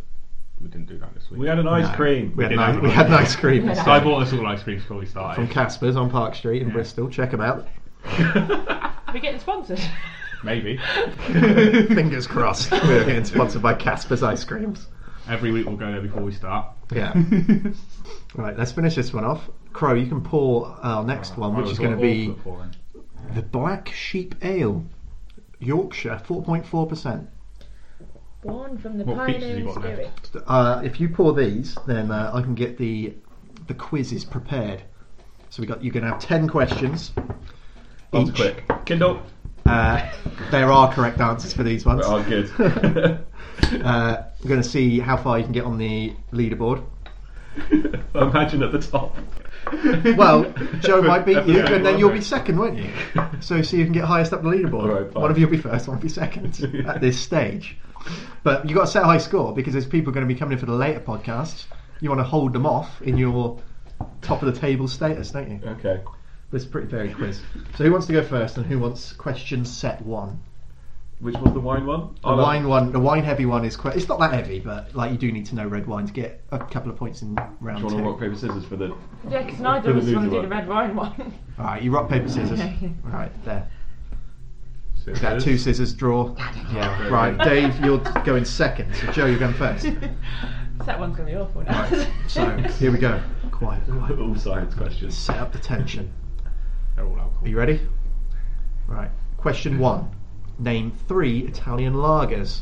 Speaker 3: we didn't do that this week.
Speaker 4: We had an ice
Speaker 2: No,
Speaker 4: cream.
Speaker 2: Uh, We had, an,
Speaker 3: did
Speaker 2: ice-
Speaker 3: have an
Speaker 2: we
Speaker 3: ice
Speaker 2: had an
Speaker 3: cream.
Speaker 2: ice cream
Speaker 5: Yeah.
Speaker 3: so I bought us all ice creams before we started.
Speaker 2: from Casper's on Park Street in
Speaker 3: Yeah.
Speaker 2: Bristol. Check them out.
Speaker 5: We're getting sponsored.
Speaker 3: Maybe.
Speaker 2: Fingers crossed. We're getting sponsored by Casper's ice creams.
Speaker 3: Every week we'll go there before we start.
Speaker 2: Yeah. Right, let's finish this one off. Crow, you can pour our next one, which is going to be the Black Sheep Ale, Yorkshire, 4.4%.
Speaker 5: Born from the
Speaker 3: What features have you
Speaker 5: pioneering
Speaker 3: got left?
Speaker 5: spirit.
Speaker 2: Uh, if you pour these, then uh, I can get the the quizzes prepared. So we got you can have ten questions.
Speaker 4: One's
Speaker 2: each.
Speaker 4: quick. Kindle.
Speaker 2: Uh, there are correct answers for these ones.
Speaker 4: Oh, good.
Speaker 2: Uh, I'm going to see how far you can get on the leaderboard.
Speaker 4: Imagine at the top.
Speaker 2: Well, Joe might beat you, and then you'll be
Speaker 3: Okay.
Speaker 2: second, won't you? So, so you can get highest up the leaderboard.
Speaker 4: Alright, fine.
Speaker 2: one of you'll be first, one will be second at this stage. But you've got to set a high score because there's people going to be coming in for the later podcasts. You want to hold them off in your top of the table status, don't you?
Speaker 4: Okay.
Speaker 2: This is a pretty varied quiz. So, who wants to go first, and who wants question set one?
Speaker 4: Which was the wine one? Oh,
Speaker 2: The wine one, the wine heavy one is quite. It's not that heavy, but like you do need to know red wine to get a couple of points in
Speaker 4: Do
Speaker 2: round
Speaker 4: you
Speaker 2: two.
Speaker 4: want to rock paper scissors for the?
Speaker 5: Yeah, because neither
Speaker 4: For
Speaker 5: of
Speaker 4: the
Speaker 5: us want to
Speaker 4: loser one.
Speaker 5: do the red wine one.
Speaker 2: All right, you rock paper scissors.
Speaker 5: Okay.
Speaker 2: All right, there.
Speaker 3: Scissors.
Speaker 2: That two scissors draw. Yeah. Right, Dave, you're going second. So Joe, you're going first.
Speaker 5: That one's going to be awful now.
Speaker 2: So here we go. Quiet, quiet.
Speaker 4: All science questions.
Speaker 2: Set up the tension.
Speaker 3: They're all alcohol.
Speaker 2: Are you ready? Right. Question one. Name three Italian lagers.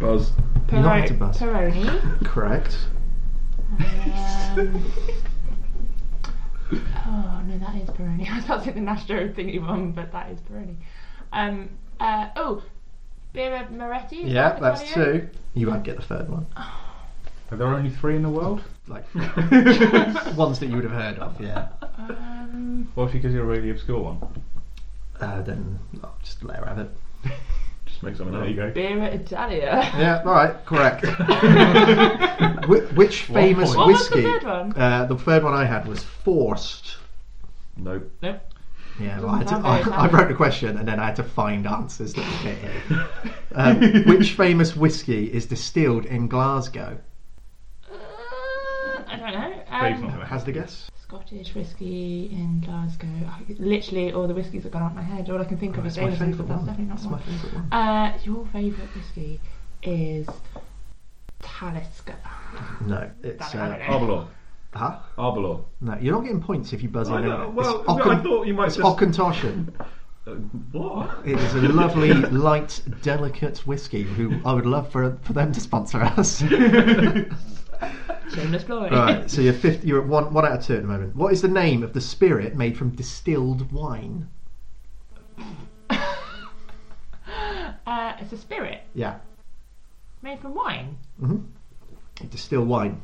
Speaker 4: Buzz.
Speaker 5: Pero-
Speaker 2: Not to buzz.
Speaker 5: Peroni.
Speaker 2: Correct.
Speaker 5: Um, oh no, that is Peroni. I was about to say the Nastro thingy one, but that is Peroni. Um, uh, oh, Birra Moretti. is
Speaker 2: Yeah,
Speaker 5: that
Speaker 2: that's two.
Speaker 5: Italian?
Speaker 2: You won't get the third one.
Speaker 3: Are there only three in the world?
Speaker 2: Like ones that you would have heard of. Yeah.
Speaker 5: Um,
Speaker 3: What if you gives you a really obscure one?
Speaker 2: Uh, then I'll just let her have it.
Speaker 4: Just make something
Speaker 3: There you
Speaker 4: up.
Speaker 3: go.
Speaker 5: Birra Italia.
Speaker 2: Yeah. All right. Correct. Wh- which
Speaker 3: One
Speaker 2: famous
Speaker 3: point.
Speaker 5: What was the
Speaker 2: whiskey?
Speaker 5: third one?
Speaker 2: Uh, the third one I had was Forced.
Speaker 4: Nope.
Speaker 5: Nope.
Speaker 2: Yeah, well, I, had to,
Speaker 5: sound
Speaker 2: I,
Speaker 5: very
Speaker 2: I
Speaker 5: nice.
Speaker 2: wrote a question and then I had to find answers that fit it. Um, which famous whiskey is distilled in Glasgow?
Speaker 5: Uh, I don't know.
Speaker 3: Dave's
Speaker 5: Um,
Speaker 3: not gonna
Speaker 2: Has the guess?
Speaker 5: Scottish whiskey in Glasgow. I, literally, all the whiskies have gone out of my head. All I can think of is
Speaker 2: Oh, That's my
Speaker 5: Danish whiskey,
Speaker 2: favourite
Speaker 5: but that's
Speaker 2: one.
Speaker 5: definitely not
Speaker 2: That's
Speaker 5: one.
Speaker 2: my favourite one.
Speaker 5: Uh, your favourite whiskey is Talisker.
Speaker 2: No, it's.
Speaker 5: Damn it,
Speaker 2: Uh,
Speaker 5: I don't know.
Speaker 4: Arbalor.
Speaker 2: huh?
Speaker 4: Arbalor.
Speaker 2: No, you're not getting points if you buzz in.
Speaker 4: I know,
Speaker 2: anyway.
Speaker 4: well,
Speaker 2: it's
Speaker 4: no,
Speaker 2: Ocken,
Speaker 4: I thought you might
Speaker 2: It's
Speaker 4: just-
Speaker 2: Ockentoshan.
Speaker 4: Uh, what?
Speaker 2: It is a lovely, light, delicate whiskey. Who I would love for for them to sponsor us.
Speaker 5: Shameless glory.
Speaker 2: right, so you're 50, You're at one one out of two at the moment. What is the name of the spirit made from distilled wine?
Speaker 5: Uh, it's a spirit
Speaker 2: Yeah,
Speaker 5: made from wine.
Speaker 2: distilled wine.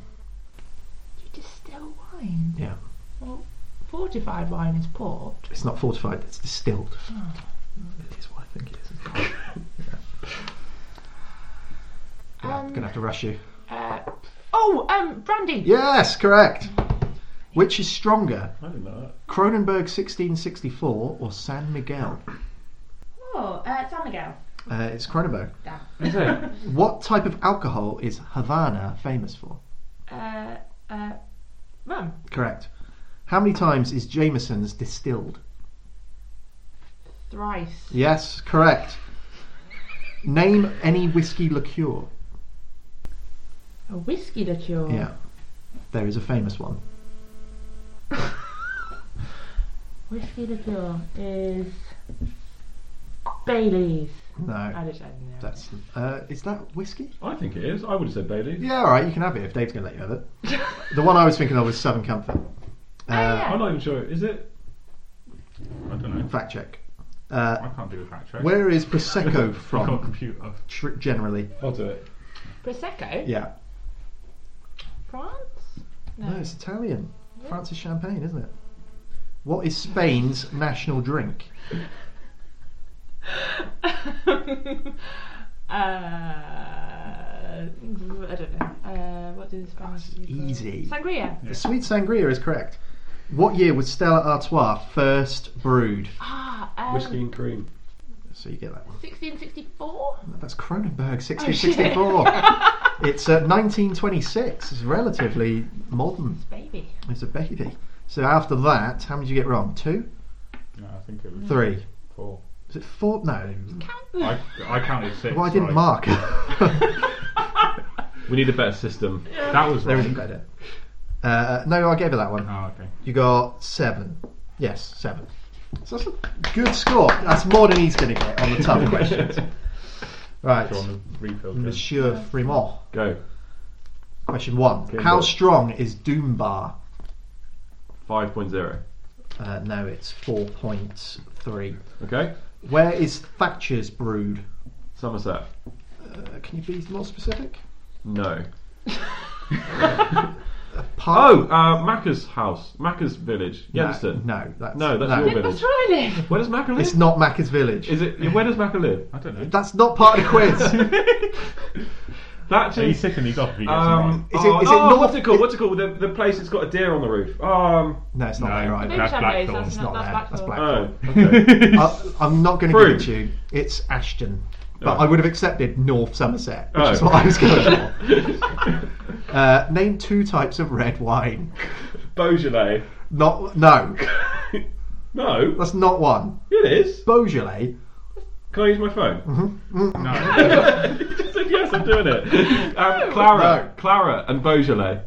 Speaker 5: You distill wine.
Speaker 2: Yeah.
Speaker 5: Well, fortified wine is port.
Speaker 2: It's not fortified, it's distilled. It is what I think it is. Yeah, I'm
Speaker 5: Um,
Speaker 2: going to have to rush you.
Speaker 5: Uh, oh, um, brandy.
Speaker 2: Yes, correct. Which is stronger,
Speaker 4: I didn't know that.
Speaker 2: Cronenberg 1664 or San Miguel?
Speaker 6: Oh, uh, San Miguel.
Speaker 2: Uh, it's Cronenberg.
Speaker 6: Damn.
Speaker 3: Is it?
Speaker 2: What type of alcohol is Havana famous for?
Speaker 6: Uh, uh,
Speaker 5: Mum.
Speaker 2: Correct. How many times is Jameson's distilled?
Speaker 6: thrice.
Speaker 2: Yes, correct. Name any whiskey liqueur.
Speaker 6: A whiskey liqueur.
Speaker 2: Yeah. There is a famous one.
Speaker 6: Whiskey liqueur is Bailey's. I
Speaker 2: No.
Speaker 6: don't know.
Speaker 2: That's uh, is that whiskey?
Speaker 4: I think it is. I would have said Bailey's.
Speaker 2: Yeah, alright, you can have it if Dave's gonna let you have it. the one I was thinking of was Southern Comfort. Uh,
Speaker 6: Oh, yeah.
Speaker 4: I'm not even sure. Is it?
Speaker 3: I don't know.
Speaker 2: Fact check. Uh,
Speaker 3: I can't do a fact check.
Speaker 2: where is Prosecco
Speaker 3: I've got a
Speaker 2: from?
Speaker 3: computer.
Speaker 2: Tr- generally,
Speaker 4: I'll do it.
Speaker 5: Prosecco?
Speaker 2: yeah.
Speaker 5: France?
Speaker 2: No, it's Italian. France is champagne, isn't it? What is Spain's national drink?
Speaker 5: uh, I don't know.
Speaker 6: Uh, what do the Spanish
Speaker 2: It's easy.
Speaker 6: Sangria.
Speaker 2: The sweet sangria is correct. What year was Stella Artois first brewed?
Speaker 6: Ah, um,
Speaker 4: Whiskey and cream.
Speaker 2: So you get that one.
Speaker 6: 1664.
Speaker 2: That's Cronenberg, 1664. it's uh, 1926. It's relatively modern.
Speaker 6: Baby.
Speaker 2: It's a baby. So after that, how many did you get wrong? Two?
Speaker 3: No, I think it was
Speaker 2: Three?
Speaker 3: four.
Speaker 2: Is it four? No.
Speaker 3: I, I counted six.
Speaker 2: Well, I didn't
Speaker 3: right.
Speaker 2: mark.
Speaker 4: We need a better system.
Speaker 3: That was
Speaker 2: there
Speaker 3: right.
Speaker 2: is better. Uh, no, I gave her that one.
Speaker 3: Oh, okay.
Speaker 2: You got seven. Yes, seven. So that's a good score. That's more than he's going to get on the tough questions. Right.
Speaker 3: Go on the refill. Jen.
Speaker 2: Monsieur Frimont.
Speaker 4: Go.
Speaker 2: Question one.
Speaker 4: Okay,
Speaker 2: How
Speaker 4: go.
Speaker 2: strong is Doombar?
Speaker 4: 5.0.
Speaker 2: Uh, no, it's 4.3.
Speaker 4: Okay?
Speaker 2: Where is Thatcher's Brood?
Speaker 4: Somerset.
Speaker 2: Uh, can you be more specific?
Speaker 4: No.
Speaker 2: Par-
Speaker 4: Oh, uh, Macca's house. Macca's village.
Speaker 2: no,
Speaker 4: Yenston.
Speaker 2: no, that's,
Speaker 4: No, that's your
Speaker 2: no.
Speaker 4: village.
Speaker 6: Really?
Speaker 4: Where does Macca live?
Speaker 2: It's not Macca's Village.
Speaker 4: Is it? Where does Macca live?
Speaker 3: I don't know.
Speaker 2: That's not part of the quiz.
Speaker 4: That
Speaker 3: Are you
Speaker 4: is.
Speaker 3: sick and he's off if he gets
Speaker 4: Um,
Speaker 2: Is it-
Speaker 4: oh,
Speaker 2: is it
Speaker 4: oh,
Speaker 2: north-
Speaker 4: what's it called? What's it called? The, the place that's got a deer on the roof. Um,
Speaker 2: no, it's
Speaker 3: it
Speaker 2: not
Speaker 3: right.
Speaker 2: there
Speaker 3: No,
Speaker 2: either.
Speaker 3: that's
Speaker 6: Maybe
Speaker 3: Blackthorn.
Speaker 6: Shanghai's,
Speaker 3: It's
Speaker 6: that's
Speaker 3: not.
Speaker 6: not-
Speaker 2: not there. That's
Speaker 6: Blackpool.
Speaker 2: Black.
Speaker 4: oh, okay.
Speaker 2: I, Uh, I'm not going to give
Speaker 4: Fruit.
Speaker 2: it to you. It's Ashton. But
Speaker 4: Oh.
Speaker 2: I would have accepted North Somerset, which
Speaker 4: Oh.
Speaker 2: is what I was going for. uh, name two types of red wine.
Speaker 4: Beaujolais.
Speaker 2: Not no,
Speaker 4: No,
Speaker 2: that's not one.
Speaker 4: it is.
Speaker 2: Beaujolais.
Speaker 4: Can I use my phone?
Speaker 2: Mm-hmm.
Speaker 3: No.
Speaker 4: you just said yes, I'm doing it. Um, Clara,
Speaker 2: No.
Speaker 4: Clara, and Beaujolais.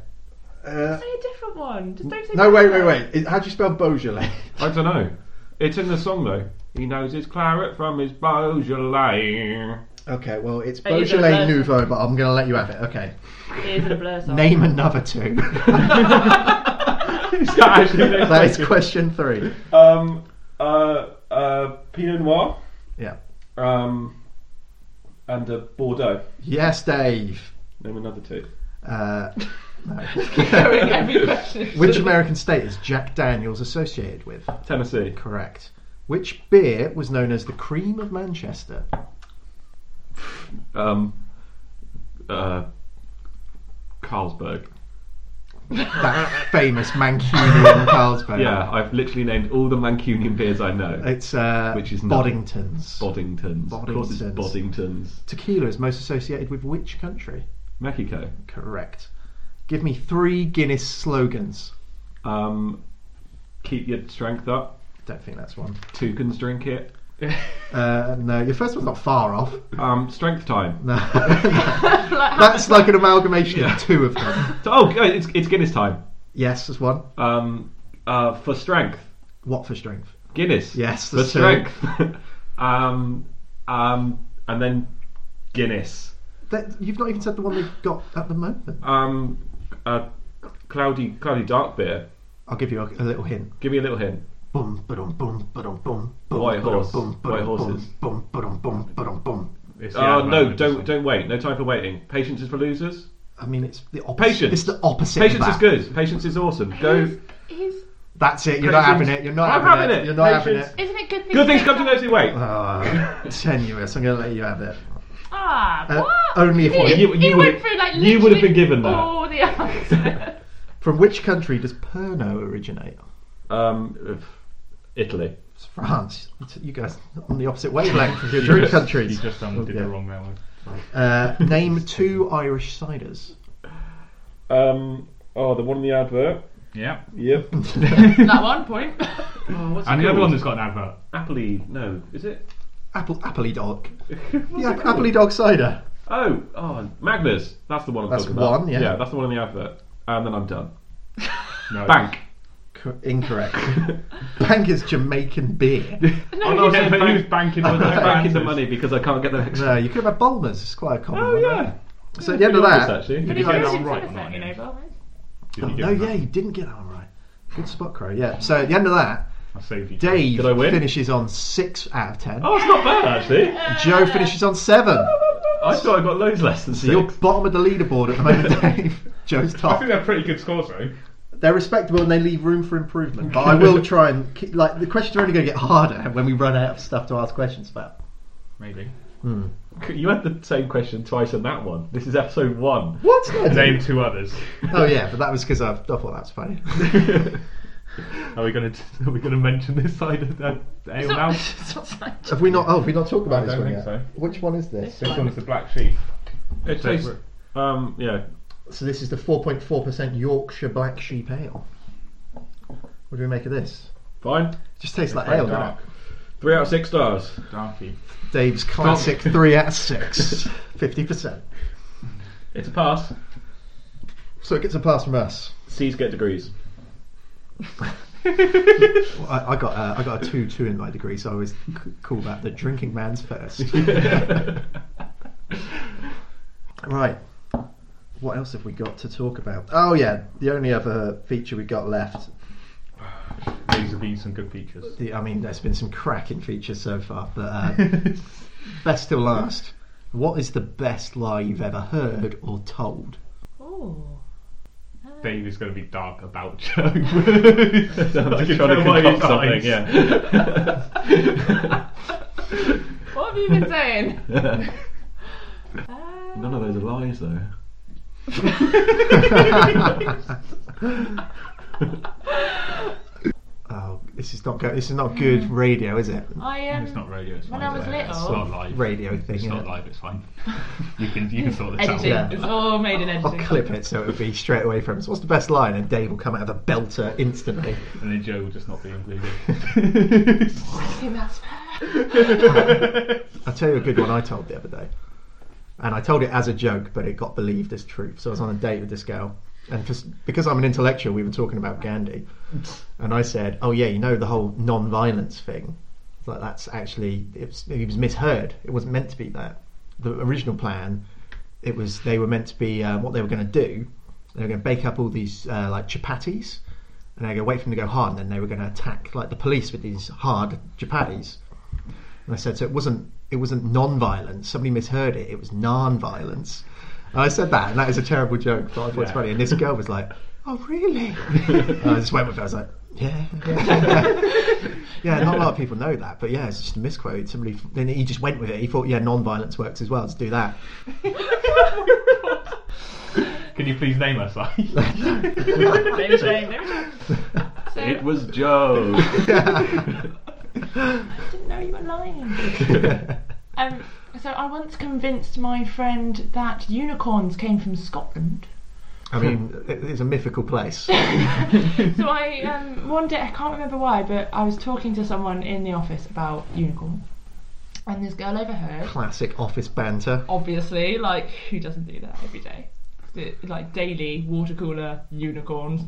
Speaker 2: Uh,
Speaker 5: Say a different one. Just don't say
Speaker 2: no, wait, wait, wait. Is- How do you spell Beaujolais?
Speaker 4: I don't know. It's in the song though. He knows his claret from his Beaujolais.
Speaker 2: Okay, well it's
Speaker 5: you don't
Speaker 2: Beaujolais
Speaker 5: know.
Speaker 2: Nouveau, but I'm going to let you have it. Okay.
Speaker 6: It is a blur song.
Speaker 2: Name another two.
Speaker 4: Is that actually the next
Speaker 2: that is question
Speaker 4: question?
Speaker 2: three.
Speaker 4: Um, uh, uh, Pinot Noir,
Speaker 2: Yeah.
Speaker 4: um, and a Bordeaux.
Speaker 2: Yes, Dave.
Speaker 4: Name another two.
Speaker 2: Uh, no.
Speaker 5: Doing every question.
Speaker 2: Which American state is Jack Daniels associated with?
Speaker 4: Tennessee.
Speaker 2: Correct. Which beer was known as the cream of Manchester?
Speaker 4: Um, uh, Carlsberg.
Speaker 2: That famous Mancunian Carlsberg.
Speaker 4: Yeah, I've literally named all the Mancunian beers I know.
Speaker 2: It's uh,
Speaker 4: Which is not-
Speaker 2: Boddington's.
Speaker 4: Boddingtons. Of course, it's
Speaker 2: Boddingtons.
Speaker 4: Boddingtons.
Speaker 2: Tequila is most associated with which country?
Speaker 4: Mexico.
Speaker 2: Correct. Give me three Guinness slogans.
Speaker 4: Um, keep your strength up.
Speaker 2: Don't think that's one.
Speaker 4: Toucans drink it.
Speaker 2: Uh, no, your first one's not far off.
Speaker 4: Um, strength time.
Speaker 2: No. that's like an amalgamation of two of them.
Speaker 4: So- oh, uh, it's, it's Guinness time.
Speaker 2: Yes, there's one.
Speaker 4: Um, uh, for strength,
Speaker 2: What for strength?
Speaker 4: Guinness.
Speaker 2: Yes,
Speaker 4: for
Speaker 2: that's two.
Speaker 4: strength. um, um, and then Guinness.
Speaker 2: That, you've not even said the one they've got at the moment.
Speaker 4: Um, uh, cloudy, cloudy dark beer.
Speaker 2: I'll give you a, a little hint.
Speaker 4: Give me a little hint.
Speaker 2: Boom, ba-dum, boom, ba-dum, boom, boom,
Speaker 4: White
Speaker 2: ba-dum,
Speaker 4: horse.
Speaker 2: boom,
Speaker 4: White
Speaker 2: ba-dum,
Speaker 4: horses.
Speaker 2: boom, boom, ba-dum, boom, ba-dum, boom.
Speaker 3: It's the
Speaker 4: Oh
Speaker 3: advert
Speaker 4: no!
Speaker 3: of
Speaker 4: Don't
Speaker 3: this
Speaker 4: don't wait. No time for waiting. Patience is for losers.
Speaker 2: I mean, it's the opposite.
Speaker 4: Patience.
Speaker 2: It's the opposite. of
Speaker 4: Patience
Speaker 2: that.
Speaker 4: is good. Patience is awesome. Go.
Speaker 6: Is, is,
Speaker 2: That's it. You're not
Speaker 4: Patience.
Speaker 2: having it. You're not
Speaker 4: I'm
Speaker 2: having,
Speaker 4: having
Speaker 2: it.
Speaker 4: it.
Speaker 2: You're not
Speaker 4: Patience.
Speaker 2: having it.
Speaker 6: isn't it good things
Speaker 4: Good things come to those who wait.
Speaker 2: Ah, tenuous. I'm going to let you have it.
Speaker 6: Ah,
Speaker 2: Uh,
Speaker 6: what?
Speaker 2: only if
Speaker 6: He-
Speaker 2: one-
Speaker 4: You-
Speaker 6: he
Speaker 4: you
Speaker 6: went
Speaker 4: would've-
Speaker 6: through like
Speaker 4: you would've
Speaker 6: literally
Speaker 4: been given that.
Speaker 6: All the answers.
Speaker 2: From which country does Pernod originate?
Speaker 4: Um, if- Italy.
Speaker 2: It's France. It's- You guys are on the opposite wavelength of your drink countries. Oh,
Speaker 3: You just um, did
Speaker 2: Yeah.
Speaker 3: it wrong there. Like.
Speaker 2: Uh, name two Irish ciders.
Speaker 4: Um, oh, the one in the advert.
Speaker 3: Yeah.
Speaker 4: Yep.
Speaker 5: that one point.
Speaker 4: Oh, what's
Speaker 3: And
Speaker 4: it
Speaker 3: the other
Speaker 4: called?
Speaker 3: one that's got an advert.
Speaker 4: Appley. No, is it?
Speaker 2: Apple, Appley Dog.
Speaker 4: What's
Speaker 2: Yeah,
Speaker 4: it called?
Speaker 2: Appley Dog cider.
Speaker 4: Oh, oh, Magnus. That's the one I'm
Speaker 2: That's
Speaker 4: talking about.
Speaker 2: one, yeah.
Speaker 4: yeah, that's the one in the advert. And then I'm done.
Speaker 3: No.
Speaker 4: Bank.
Speaker 2: Cor- incorrect. Bank is Jamaican beer.
Speaker 4: oh,
Speaker 3: No,
Speaker 4: no, I
Speaker 3: yeah,
Speaker 4: said
Speaker 3: but he was
Speaker 4: bank.
Speaker 3: banking
Speaker 4: I
Speaker 3: on
Speaker 4: was
Speaker 3: those
Speaker 4: banking the
Speaker 3: answers.
Speaker 4: money because I can't get the next.
Speaker 2: No, Uh, you could have had Bulmers. It's quite a common
Speaker 4: Oh
Speaker 2: one.
Speaker 4: yeah.
Speaker 2: So at
Speaker 4: Pretty
Speaker 2: the end of
Speaker 4: obvious,
Speaker 2: that,
Speaker 4: actually.
Speaker 2: Did
Speaker 3: he
Speaker 2: you
Speaker 3: get
Speaker 2: guys-
Speaker 3: that right or not,
Speaker 5: You know,
Speaker 3: anyway?
Speaker 5: Bob?
Speaker 3: Did you
Speaker 2: Oh, no,
Speaker 3: get that?
Speaker 2: yeah, you didn't get that one right. Good spot, Crow. Yeah. So at the end of that,
Speaker 3: I saved you.
Speaker 2: Dave
Speaker 4: Did I win?
Speaker 2: finishes on six out of ten.
Speaker 4: Oh, it's not bad actually.
Speaker 2: Joe finishes on seven.
Speaker 4: I thought I got loads less than
Speaker 2: So you're
Speaker 4: six.
Speaker 2: bottom of the leaderboard at the moment, Dave. Joe's
Speaker 3: I
Speaker 2: top.
Speaker 3: think they're pretty good scores though.
Speaker 2: They're respectable and they leave room for improvement. But I will try and keep, like the questions are only going to get harder when we run out of stuff to ask questions about.
Speaker 3: Maybe.
Speaker 4: You had the same question twice on that one. This is episode one.
Speaker 2: What?
Speaker 3: Name two others.
Speaker 2: Oh yeah, but that was because I, I thought that was funny.
Speaker 3: Are we gonna Are we gonna mention this side of the ale now? This
Speaker 5: It's not like-
Speaker 2: Have we not? Oh, have we not talked about
Speaker 3: I
Speaker 2: this
Speaker 3: don't
Speaker 2: one yet?
Speaker 3: think so.
Speaker 2: Which one is this?
Speaker 3: one's the black sheep.
Speaker 4: It tastes. Um, yeah.
Speaker 2: So this is the 4.4% Yorkshire Black Sheep Ale. What do we make of this?
Speaker 4: Fine.
Speaker 2: It just tastes like
Speaker 3: Very
Speaker 2: ale, doesn't it?
Speaker 3: dark,
Speaker 4: Three out of six stars.
Speaker 3: darky.
Speaker 2: Dave's classic 3 out of 6. 50%.
Speaker 4: It's a pass.
Speaker 2: So it gets a pass from us.
Speaker 4: C's get degrees.
Speaker 2: Well, I, I got uh, I got a 2 2 in my degree, so I always c- call that the drinking man's first. right. What else have we got to talk about? Oh, yeah. The only other feature we got left.
Speaker 3: These have been some good features.
Speaker 2: The, I mean, there's been some cracking features so far, but uh, best till last. What is the best lie you've ever heard or told?
Speaker 6: Ooh.
Speaker 3: Dave is going to be dark about Joe. I
Speaker 4: I'm
Speaker 3: can
Speaker 4: just trying to
Speaker 3: tell by his
Speaker 4: concoct something.
Speaker 3: eyes.
Speaker 4: Yeah.
Speaker 5: What have you been saying?
Speaker 6: Uh,
Speaker 4: None of those are lies, though.
Speaker 2: Oh, this is not go- this is not good radio, is it?
Speaker 6: I um,
Speaker 3: It's not radio. It's
Speaker 6: When
Speaker 3: fine,
Speaker 6: I was
Speaker 3: it's live.
Speaker 6: little-
Speaker 3: it's not live.
Speaker 2: Radio thing.
Speaker 3: It's
Speaker 2: isn't
Speaker 3: not
Speaker 2: it?
Speaker 3: live. It's fine. You can you can sort this out.
Speaker 5: editing.
Speaker 2: Yeah.
Speaker 5: It's all made in
Speaker 2: I'll
Speaker 5: editing.
Speaker 2: clip it so it'll be straight away from us. What's the best line? And Dave will come out of a belter instantly.
Speaker 3: And then Joe will just not be included.
Speaker 6: I think that's fair.
Speaker 2: I'll tell you a good one I told the other day. And I told it as a joke, but it got believed as truth. So I was on a date with this girl. And for, because I'm an intellectual, we were talking about Gandhi. And I said, oh, yeah, you know, the whole non violence thing. It's Like, that's actually, it was, it was misheard. It wasn't meant to be that. The original plan, it was, they were meant to be, uh, what they were going to do, they were going to bake up all these, uh, like, chapatis. And they were going to wait for them to go hard. And then they were going to attack, like, the police with these hard chapatis. And I said, so it wasn't it wasn't non-violence. Somebody misheard it. It was non-violence. And I said that, and that is a terrible joke, but I thought it's
Speaker 3: Yeah.
Speaker 2: funny. And this girl was like, "Oh, really?" and I just went with it. I was like, "Yeah, yeah, yeah." Not a lot of people know that, but yeah, it's just a misquote. Somebody then he just went with it. He thought, "Yeah, non-violence works as well. Let's do that."
Speaker 3: Can you please name us? Like?
Speaker 5: Maybe saying, maybe saying.
Speaker 6: So,
Speaker 4: It was Joe.
Speaker 6: I didn't know you were lying. Um, so I once convinced my friend that unicorns came from Scotland.
Speaker 2: I mean, it- it's a mythical place.
Speaker 6: So I um, one day I can't remember why, but I was talking to someone in the office about unicorns, and this girl overheard.
Speaker 2: Classic office banter.
Speaker 5: Obviously, like who doesn't do that every day? The- like daily water cooler unicorns.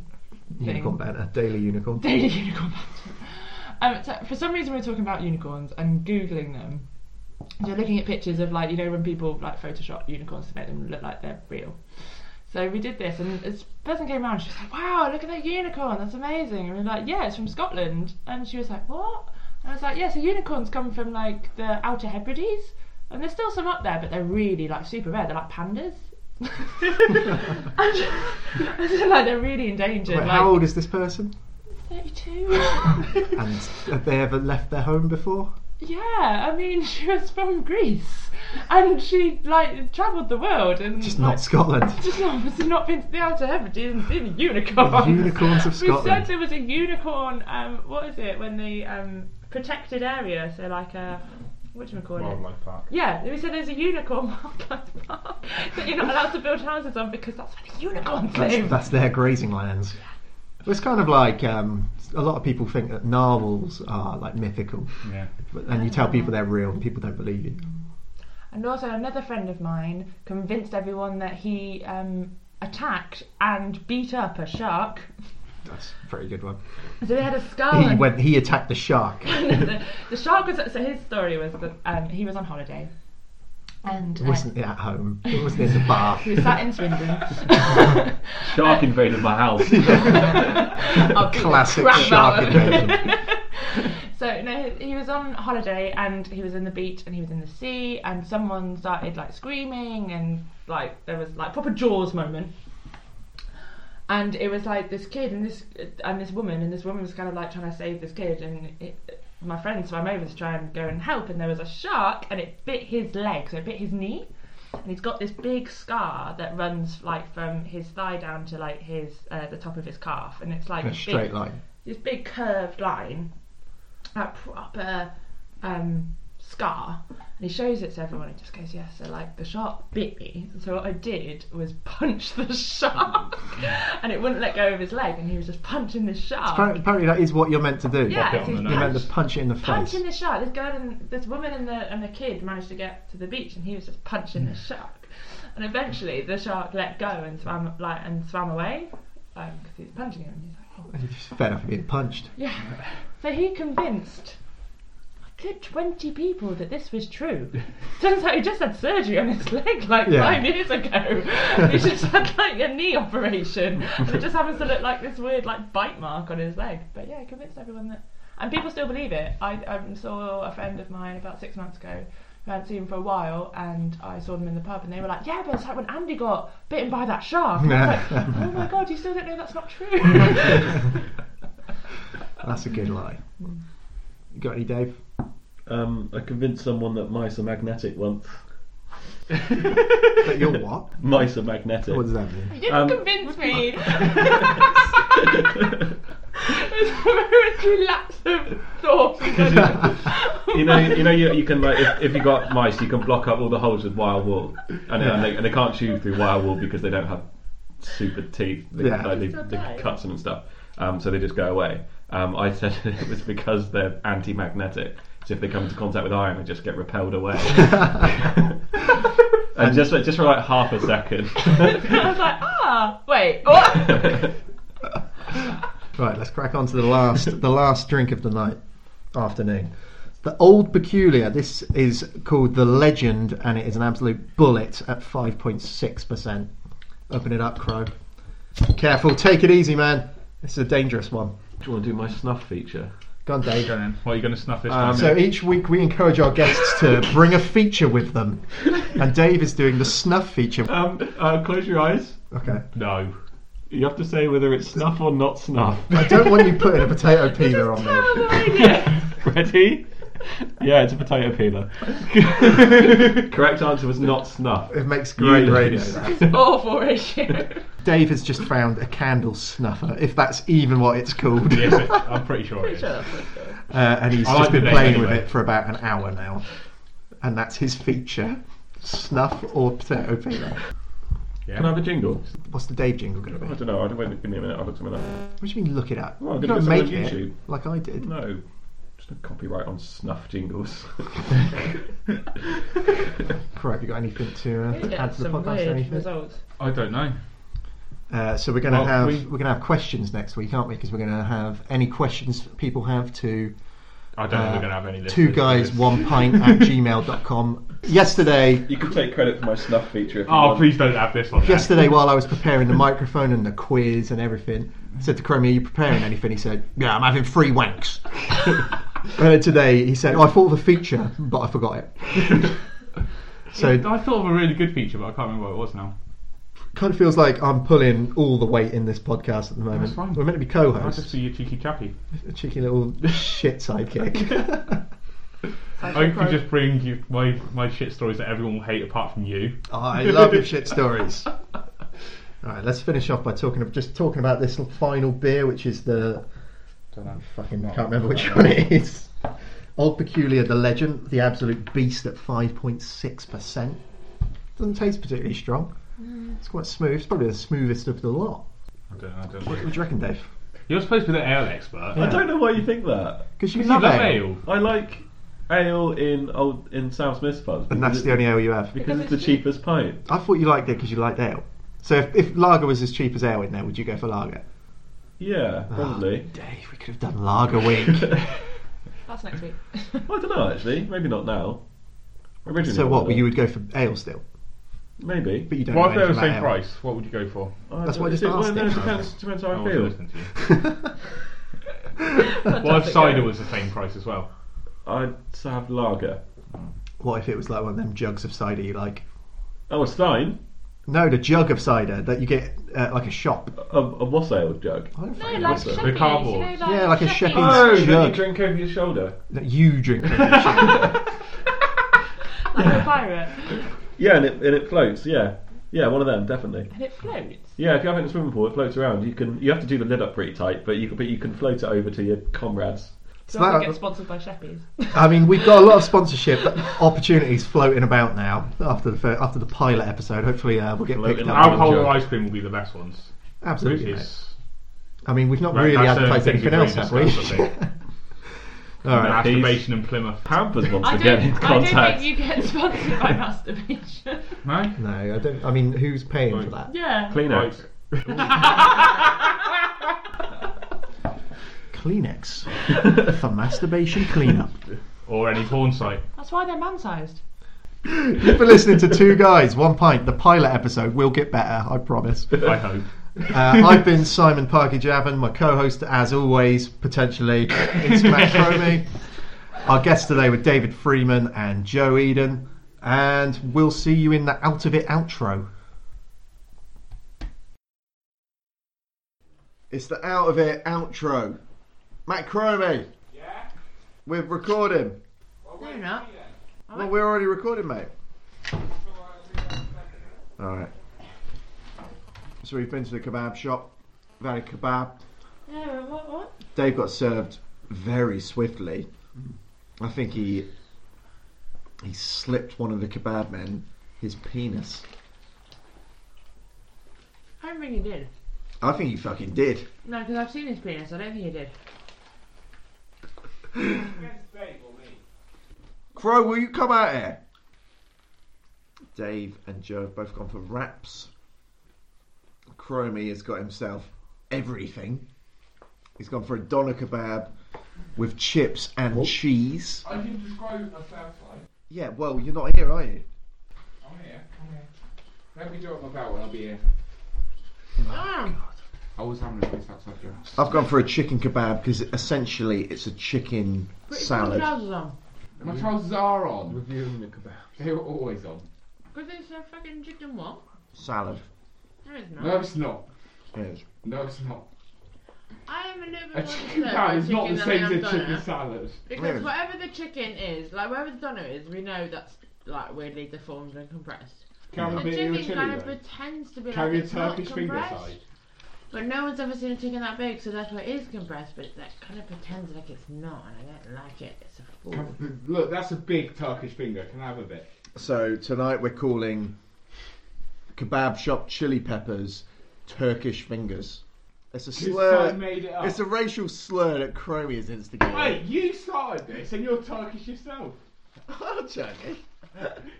Speaker 2: Unicorn banter. Daily unicorn.
Speaker 5: Daily unicorn banter. Um, so for some reason, we we're talking about unicorns and googling them. So looking at pictures of like you know when people like Photoshop unicorns to make them look like they're real. So we did this, and this person came around. She was like, "Wow, look at that unicorn! That's amazing!" And we were like, "Yeah, it's from Scotland." And she was like, "What?" And I was like, "Yeah, so unicorns come from like the Outer Hebrides, and there's still some up there, but they're really like super rare. They're like pandas." and, and like they're really endangered.
Speaker 2: Wait,
Speaker 5: like,
Speaker 2: how old is this person?
Speaker 6: 32.
Speaker 2: And have they ever left their home before?
Speaker 5: Yeah, I mean, she was from Greece. and she like travelled the world and
Speaker 2: Just
Speaker 5: like,
Speaker 2: not Scotland.
Speaker 5: Just obviously not been to the Outer Hebrides and seen a unicorn.
Speaker 2: Unicorns of
Speaker 5: We said
Speaker 2: Scotland.
Speaker 5: there was a unicorn. Um, what is it when the um, protected area? So like a what do you call it?
Speaker 3: Wildlife park.
Speaker 5: Yeah, we said there's a unicorn wildlife park that you're not allowed to build houses on because that's where the unicorns
Speaker 2: That's,
Speaker 5: live.
Speaker 2: that's their grazing lands. It's kind of like um, a lot of people think that narwhals are like mythical,
Speaker 3: Yeah.
Speaker 2: but then you tell people they're real and people don't believe you.
Speaker 5: And also another friend of mine convinced everyone that he um, attacked and beat up a shark.
Speaker 2: That's a pretty good one.
Speaker 5: So they had a scar.
Speaker 2: He
Speaker 5: on-
Speaker 2: went. He attacked the shark.
Speaker 5: the, the shark was. So his story was that um, he was on holiday, and uh,
Speaker 2: wasn't at home. It wasn't in the bar.
Speaker 5: he was sat in Swindon.
Speaker 4: Shark invaded my house.
Speaker 5: I'll beat the
Speaker 2: Classic
Speaker 5: crap
Speaker 2: shark
Speaker 5: out of him.
Speaker 2: invasion.
Speaker 5: So no, he was on holiday and he was in the beach and he was in the sea and someone started like screaming and like there was like proper Jaws moment. And it was like this kid and this and this woman and this woman was kind of like trying to save this kid and it, my friend swam over to try and go and help and there was a shark and it bit his leg so it bit his knee and he's got this big scar that runs like from his thigh down to like his uh, the top of his calf and it's like
Speaker 2: A
Speaker 5: big-
Speaker 2: straight line.
Speaker 5: this big curved line, that proper um, scar, and he shows it to everyone. He just goes, "Yes." so like the shark bit me, and so what I did was punch the shark, and it wouldn't let go of his leg, and he was just punching the shark.
Speaker 2: Apparently, apparently that is what you're meant to do.
Speaker 5: yeah,
Speaker 3: Pop it
Speaker 5: it's
Speaker 3: on
Speaker 5: his
Speaker 3: the
Speaker 2: You're meant
Speaker 5: punch-
Speaker 2: to punch it in the face.
Speaker 5: punching the shark. This girl and this woman and the and the kid managed to get to the beach, and he was just punching the shark. And eventually, the shark let go and swam like and swam away, because he was punching him. And he's like, "Oh,
Speaker 2: You're just fed up of being punched.
Speaker 5: yeah. So he convinced a good 20 people that this was true. Turns out he just had surgery on his leg like
Speaker 2: Yeah.
Speaker 5: five years ago. he just had like a knee operation. And it just happens to look like this weird like bite mark on his leg. But yeah, he convinced everyone that. And people still believe it. I um, saw a friend of mine about six months ago who I hadn't seen for a while and I saw them in the pub and they were like, yeah, but it's like when Andy got bitten by that shark. And I was like, oh my god, you still don't know that's not true.
Speaker 2: That's a good lie. You got any, Dave?
Speaker 4: Um, I convinced someone that mice are magnetic once.
Speaker 2: But you're what?
Speaker 4: Mice are magnetic.
Speaker 2: What does that mean?
Speaker 5: You didn't
Speaker 4: Um,
Speaker 5: convince me. it's a very relaxing thought.
Speaker 4: you know, you know, you, you can like if, if you got mice, you can block up all the holes with wire wool, and,
Speaker 2: Yeah.
Speaker 4: and, they, and they can't chew through wire wool because they don't have super teeth. They,
Speaker 2: Yeah.
Speaker 4: like, they,
Speaker 5: That's
Speaker 4: they
Speaker 5: okay.
Speaker 4: cut them and stuff, um, so they just go away. Um, I said it was because they're anti-magnetic. So if they come into contact with iron, they just get repelled away. and just just for like half a second.
Speaker 5: I was like, ah, wait, what?
Speaker 2: Right, let's crack on to the last the last drink of the night afternoon. The Old Peculiar. This is called the Legend, and it is an absolute bullet at five point six percent. Open it up, Crow. Careful, take it easy, man. This is a dangerous one.
Speaker 4: Do you want to do my snuff feature?
Speaker 2: Go on, Dave.
Speaker 3: Go then. What are you going to snuff this
Speaker 4: Um,
Speaker 3: time?
Speaker 2: So each week we encourage our guests to bring a feature with them, and Dave is doing the snuff feature.
Speaker 4: Um, uh, close your eyes.
Speaker 2: Okay.
Speaker 3: no.
Speaker 4: You have to say whether it's snuff or not snuff.
Speaker 2: I don't want you putting a potato peeler on me.
Speaker 5: Terrible idea.
Speaker 4: Ready? Yeah, it's a potato peeler. Correct answer was not snuff.
Speaker 2: It makes great
Speaker 4: You lose.
Speaker 2: radio. that.
Speaker 5: Awful ratio.
Speaker 2: Dave has just found a candle snuffer, if that's even what it's called.
Speaker 3: Yes, it, I'm pretty sure it is.
Speaker 5: Sure.
Speaker 2: Uh, and he's
Speaker 3: I
Speaker 2: just
Speaker 3: like the
Speaker 2: been
Speaker 3: name
Speaker 2: playing with
Speaker 3: anyway.
Speaker 2: it for about an hour now. And that's his feature snuff or potato peeler.
Speaker 3: Yeah.
Speaker 4: Can I have a jingle?
Speaker 2: What's the Dave jingle going to
Speaker 4: I
Speaker 2: be?
Speaker 4: don't know. I don't wait. Give me a minute. I'll look something up.
Speaker 2: What do you mean look it up?
Speaker 4: Well, I'm
Speaker 2: you
Speaker 4: gonna
Speaker 2: don't
Speaker 4: look
Speaker 2: make
Speaker 4: something on
Speaker 2: it
Speaker 4: YouTube.
Speaker 2: like I did.
Speaker 4: No, just no copyright on snuff jingles.
Speaker 2: Correct, you got anything to
Speaker 5: We
Speaker 2: uh, add
Speaker 5: get
Speaker 2: to the
Speaker 5: some
Speaker 2: podcast or
Speaker 5: weird
Speaker 2: anything?
Speaker 5: results.
Speaker 3: I don't know.
Speaker 2: Uh, so we're going to
Speaker 3: Well,
Speaker 2: have
Speaker 3: we-
Speaker 2: we... are going to have questions next week, aren't we? Because we're going to have any questions people have to
Speaker 3: I don't know if
Speaker 2: Uh,
Speaker 3: we're going to have any listeners
Speaker 2: two
Speaker 3: for
Speaker 2: guys
Speaker 3: this.
Speaker 2: one pint at gmail.com. Yesterday,
Speaker 4: you can take credit for my snuff feature. If you
Speaker 3: Oh,
Speaker 4: want.
Speaker 3: please don't have this one. then.
Speaker 2: Yesterday, while I was preparing the microphone and the quiz and everything, I said to Cromie, Are you preparing anything? He said, Yeah, I'm having free wanks. and then today, he said, oh, I thought of a feature, but I forgot it. so it
Speaker 3: I thought of a really good feature, but I can't remember what it was now.
Speaker 2: kind of feels like I'm pulling all the weight in this podcast at the moment.
Speaker 3: That's fine.
Speaker 2: We're meant to be co
Speaker 3: I just
Speaker 2: hosts.
Speaker 3: see your cheeky chappy.
Speaker 2: A cheeky little shit sidekick.
Speaker 7: I could just bring you my my shit stories that everyone will hate apart from you.
Speaker 2: I love your shit stories. All right, let's finish off by talking of just talking about this final beer, which is the
Speaker 7: Don't know.
Speaker 2: fucking can't remember which one it is. Old Peculiar, the legend, the absolute beast at five point six percent. Doesn't taste particularly strong. It's quite smooth. It's probably the smoothest of the lot.
Speaker 7: I don't know. I don't
Speaker 2: What,
Speaker 7: know.
Speaker 2: what do you reckon, Dave?
Speaker 7: You're supposed to be the ale expert.
Speaker 4: I don't know why you think that.
Speaker 2: Because you
Speaker 7: You
Speaker 2: love,
Speaker 7: love
Speaker 2: ale,
Speaker 7: ale.
Speaker 4: I like ale in old in Sam Smith's pubs.
Speaker 2: and that's
Speaker 4: because
Speaker 2: the only ale you have.
Speaker 4: because it's the cheapest pint.
Speaker 2: I thought you liked it because you liked ale. So if, if lager was as cheap as ale in there, would you go for lager? Oh,
Speaker 4: Yeah,
Speaker 2: Ah.
Speaker 4: probably.
Speaker 2: Dave, we could have done lager week.
Speaker 5: That's next week.
Speaker 4: I don't know actually. Maybe not now. Originally,
Speaker 2: so
Speaker 4: I
Speaker 2: what?
Speaker 4: would've.
Speaker 2: You would go for ale still,
Speaker 4: Maybe.
Speaker 2: but you don't.
Speaker 7: Well, if
Speaker 2: know
Speaker 7: they were the
Speaker 2: anything
Speaker 7: same
Speaker 2: about
Speaker 7: price, what would you go for?
Speaker 4: I
Speaker 2: That's
Speaker 4: don't-
Speaker 2: why I just
Speaker 4: it- well,
Speaker 2: asked
Speaker 4: no,
Speaker 2: it.
Speaker 4: it depends, depends how
Speaker 7: I
Speaker 4: I
Speaker 7: wasn't
Speaker 4: feel.
Speaker 7: listening to you.
Speaker 2: ale.
Speaker 7: Well, if
Speaker 5: Fantastic
Speaker 7: cider
Speaker 5: ale.
Speaker 7: was the same price as well.
Speaker 4: I'd have lager.
Speaker 2: what if it was like one of them jugs of cider you like?
Speaker 4: Oh, a Stein?
Speaker 2: No, the jug of cider that you get at like a shop.
Speaker 4: A, a wassail jug.
Speaker 2: I don't
Speaker 5: No,
Speaker 2: fucking
Speaker 5: like
Speaker 2: know.
Speaker 4: What's that?
Speaker 5: Sheffies.
Speaker 7: The
Speaker 5: you
Speaker 7: cardboard.
Speaker 5: know,
Speaker 2: Yeah, like a Sheffies.
Speaker 4: Oh, that
Speaker 2: Jug.
Speaker 4: you drink over your shoulder.
Speaker 2: that you drink.
Speaker 5: Like a pirate.
Speaker 4: Yeah, and it, and it floats, yeah. Yeah, one of them, definitely.
Speaker 5: And it floats.
Speaker 4: Yeah, if you have it in a swimming pool, it floats around. You can you have to do the lid up pretty tight, but you can, but you can float it over to your comrades.
Speaker 5: So
Speaker 2: that-
Speaker 5: I get sponsored by Sheffies.
Speaker 2: I mean, we've got a lot of sponsorship opportunities floating about now after the fir- after the pilot episode. Hopefully, uh, we'll get
Speaker 4: Floating
Speaker 2: picked up.
Speaker 4: out.
Speaker 7: Alcohol
Speaker 4: jug.
Speaker 7: or ice cream will be the best ones.
Speaker 2: Absolutely.
Speaker 7: Which
Speaker 2: mate.
Speaker 7: is-
Speaker 2: I mean, we've not
Speaker 7: Right,
Speaker 2: really
Speaker 7: that's the
Speaker 2: advertised
Speaker 7: thing
Speaker 2: anything
Speaker 7: we've
Speaker 2: else,
Speaker 7: already
Speaker 2: have we?
Speaker 7: discussed, I think.
Speaker 2: All right.
Speaker 7: Masturbation in Plymouth.
Speaker 4: Pampers once
Speaker 5: I
Speaker 4: again
Speaker 5: don't,
Speaker 4: in
Speaker 5: I don't
Speaker 4: contact.
Speaker 5: think you get sponsored by masturbation.
Speaker 7: No?
Speaker 2: No, I don't. I mean, who's paying for
Speaker 7: Right.
Speaker 2: that?
Speaker 5: yeah.
Speaker 4: Kleenex.
Speaker 7: Right.
Speaker 2: Kleenex for masturbation cleanup.
Speaker 7: Or any porn site.
Speaker 5: That's why they're man sized.
Speaker 2: You've been listening to Two Guys, One Pint, the pilot episode. will get better, I promise. Uh,
Speaker 7: I hope.
Speaker 2: I've been Simon Parker Javin, my co host, as always, potentially. It's Matt Cromie. Our guests today were David Freeman and Joe Eden. And we'll see you in the Out of It outro. It's the Out of It outro. Matt Cromie. Yeah? We're recording.
Speaker 5: No, you're not.
Speaker 2: Well, we're already recording, mate. All right. So we've been to the kebab shop, we've had a kebab.
Speaker 5: Yeah, what, what?
Speaker 2: Dave got served very swiftly. I think he he slipped one of the kebab men his penis.
Speaker 5: I don't think you did.
Speaker 2: I think he fucking did.
Speaker 5: No, because I've seen his penis. I don't think you did.
Speaker 2: Crow, will you come out here? Dave and Joe have both gone for wraps. Cromie has got himself everything. He's gone for a doner kebab with chips and cheese.
Speaker 7: I can describe a sound like.
Speaker 2: Yeah, well, you're not here, are you?
Speaker 7: I'm here. I'm here. Let me do it my belt and I'll be here.
Speaker 3: Oh,
Speaker 7: I
Speaker 5: Oh,
Speaker 7: was having a face outside your house.
Speaker 2: I've gone for a chicken kebab because essentially it's a chicken
Speaker 5: Put your
Speaker 2: salad.
Speaker 5: trousers on.
Speaker 3: My trousers are on.
Speaker 4: Reviewing the kebab.
Speaker 3: They were always on.
Speaker 5: Because it's a fucking chicken what?
Speaker 2: Salad.
Speaker 5: No, it's
Speaker 3: No,
Speaker 5: not.
Speaker 3: it's not.
Speaker 2: Yes.
Speaker 3: No, it's not.
Speaker 5: I am a little bit
Speaker 3: A
Speaker 5: more
Speaker 3: chicken salad is not
Speaker 5: disturbed by chicken
Speaker 3: the
Speaker 5: than I
Speaker 3: same as
Speaker 5: am
Speaker 3: a
Speaker 5: doner.
Speaker 3: chicken salad.
Speaker 5: Because
Speaker 2: Really?
Speaker 5: whatever the chicken is, like whatever the doner is, we know that's like weirdly deformed and compressed.
Speaker 3: Can
Speaker 5: A
Speaker 3: we be in
Speaker 5: chicken
Speaker 3: a chili
Speaker 5: kind of
Speaker 3: though?
Speaker 5: pretends to be
Speaker 3: Can
Speaker 5: like
Speaker 3: we
Speaker 5: it's not
Speaker 3: Turkish finger
Speaker 5: compressed,
Speaker 3: side?
Speaker 5: but no one's ever seen a chicken that big, so therefore it is compressed. But it like, kind of pretends like it's not, and I don't like it. It's a fool.
Speaker 3: Um, Look, that's a big Turkish finger. Can I have a bit?
Speaker 2: So tonight we're calling kebab shop chili peppers Turkish fingers. It's a
Speaker 3: This
Speaker 2: slur.
Speaker 3: side made it up.
Speaker 2: It's a racial slur that Chromie has instigated.
Speaker 3: Wait, you started this and you're Turkish yourself.
Speaker 2: I'm joking.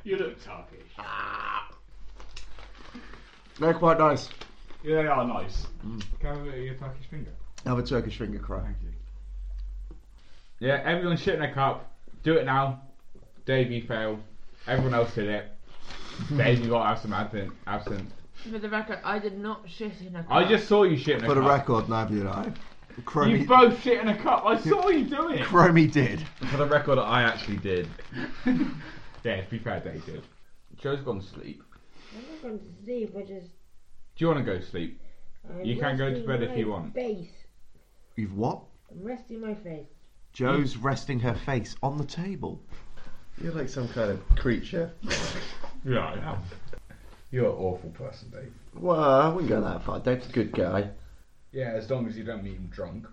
Speaker 3: You look Turkish.
Speaker 2: They're quite nice.
Speaker 3: Yeah, they are nice. Mm. Can I have a bit of your Turkish finger?
Speaker 2: Have a Turkish finger cry.
Speaker 3: Thank you. Yeah, everyone shit in a cup. Do it now. Dave, you failed. Everyone else did it. Dave, you got to have some absinthe. absinthe.
Speaker 5: For the record, I did not shit in a cup.
Speaker 3: I just saw you shit in a
Speaker 2: For the
Speaker 3: cup.
Speaker 2: record, neither did I.
Speaker 3: You
Speaker 2: Chromie,
Speaker 3: both shit in a cup. I saw you do it.
Speaker 2: Chromie did.
Speaker 4: For the record, I actually did.
Speaker 3: Yeah, to be fair, Dave did. Joe's gone to sleep.
Speaker 8: I'm not going to sleep. I just.
Speaker 3: Do you want to go to sleep?
Speaker 8: I'm
Speaker 3: You can go to
Speaker 8: resting
Speaker 3: bed if
Speaker 8: my
Speaker 3: you want.
Speaker 8: Face.
Speaker 2: You've what?
Speaker 8: I'm resting my face.
Speaker 2: Joe's resting her face on the table.
Speaker 9: You're like some kind of creature.
Speaker 10: Yeah, I am.
Speaker 3: You're an awful person, Dave.
Speaker 9: Well, I wouldn't go that far. Dave's a good guy.
Speaker 3: Yeah, as long as you don't meet him drunk.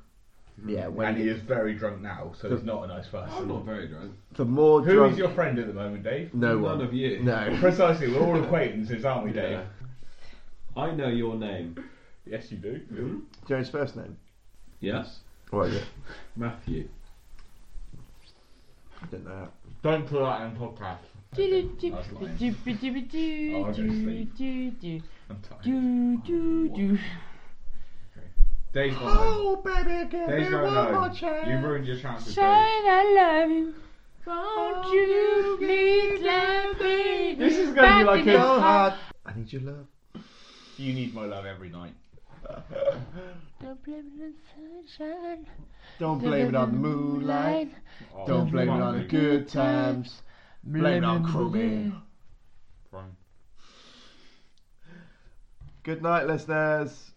Speaker 2: Mm-hmm.
Speaker 9: Yeah,
Speaker 3: and
Speaker 9: when
Speaker 3: he
Speaker 9: you,
Speaker 3: is very drunk now, so he's not a nice person.
Speaker 4: I'm not very drunk.
Speaker 9: the more
Speaker 3: Who is
Speaker 9: drunk,
Speaker 3: your friend at the moment, Dave?
Speaker 9: no
Speaker 4: None
Speaker 9: one.
Speaker 4: of you.
Speaker 9: No.
Speaker 3: Precisely, we're all acquaintances, aren't we, Dave?
Speaker 4: Yeah. I know your name.
Speaker 3: Yes, you do.
Speaker 2: Joe's first name.
Speaker 4: Yes?
Speaker 9: What is it?
Speaker 4: Matthew.
Speaker 2: I don't know.
Speaker 3: Don't put that in podcast. That's lying. Oh, I'm gonna sleep. I'm tired. Dave's gone home.
Speaker 2: Oh, baby, give
Speaker 3: Dave's
Speaker 2: me
Speaker 3: gone
Speaker 2: one more
Speaker 3: home. You
Speaker 2: chance.
Speaker 3: ruined your chances, Dave.
Speaker 5: I love you. Won't you please let me
Speaker 3: This is going to be like a.
Speaker 2: hard. I need your love.
Speaker 3: You need my love every night.
Speaker 5: Don't blame it on the sunshine.
Speaker 2: Don't blame it on the moonlight.
Speaker 3: Oh,
Speaker 2: Don't blame it on the
Speaker 3: fuck me.
Speaker 2: good times. Blame it on crewing.
Speaker 3: Fine.
Speaker 2: Good night, listeners.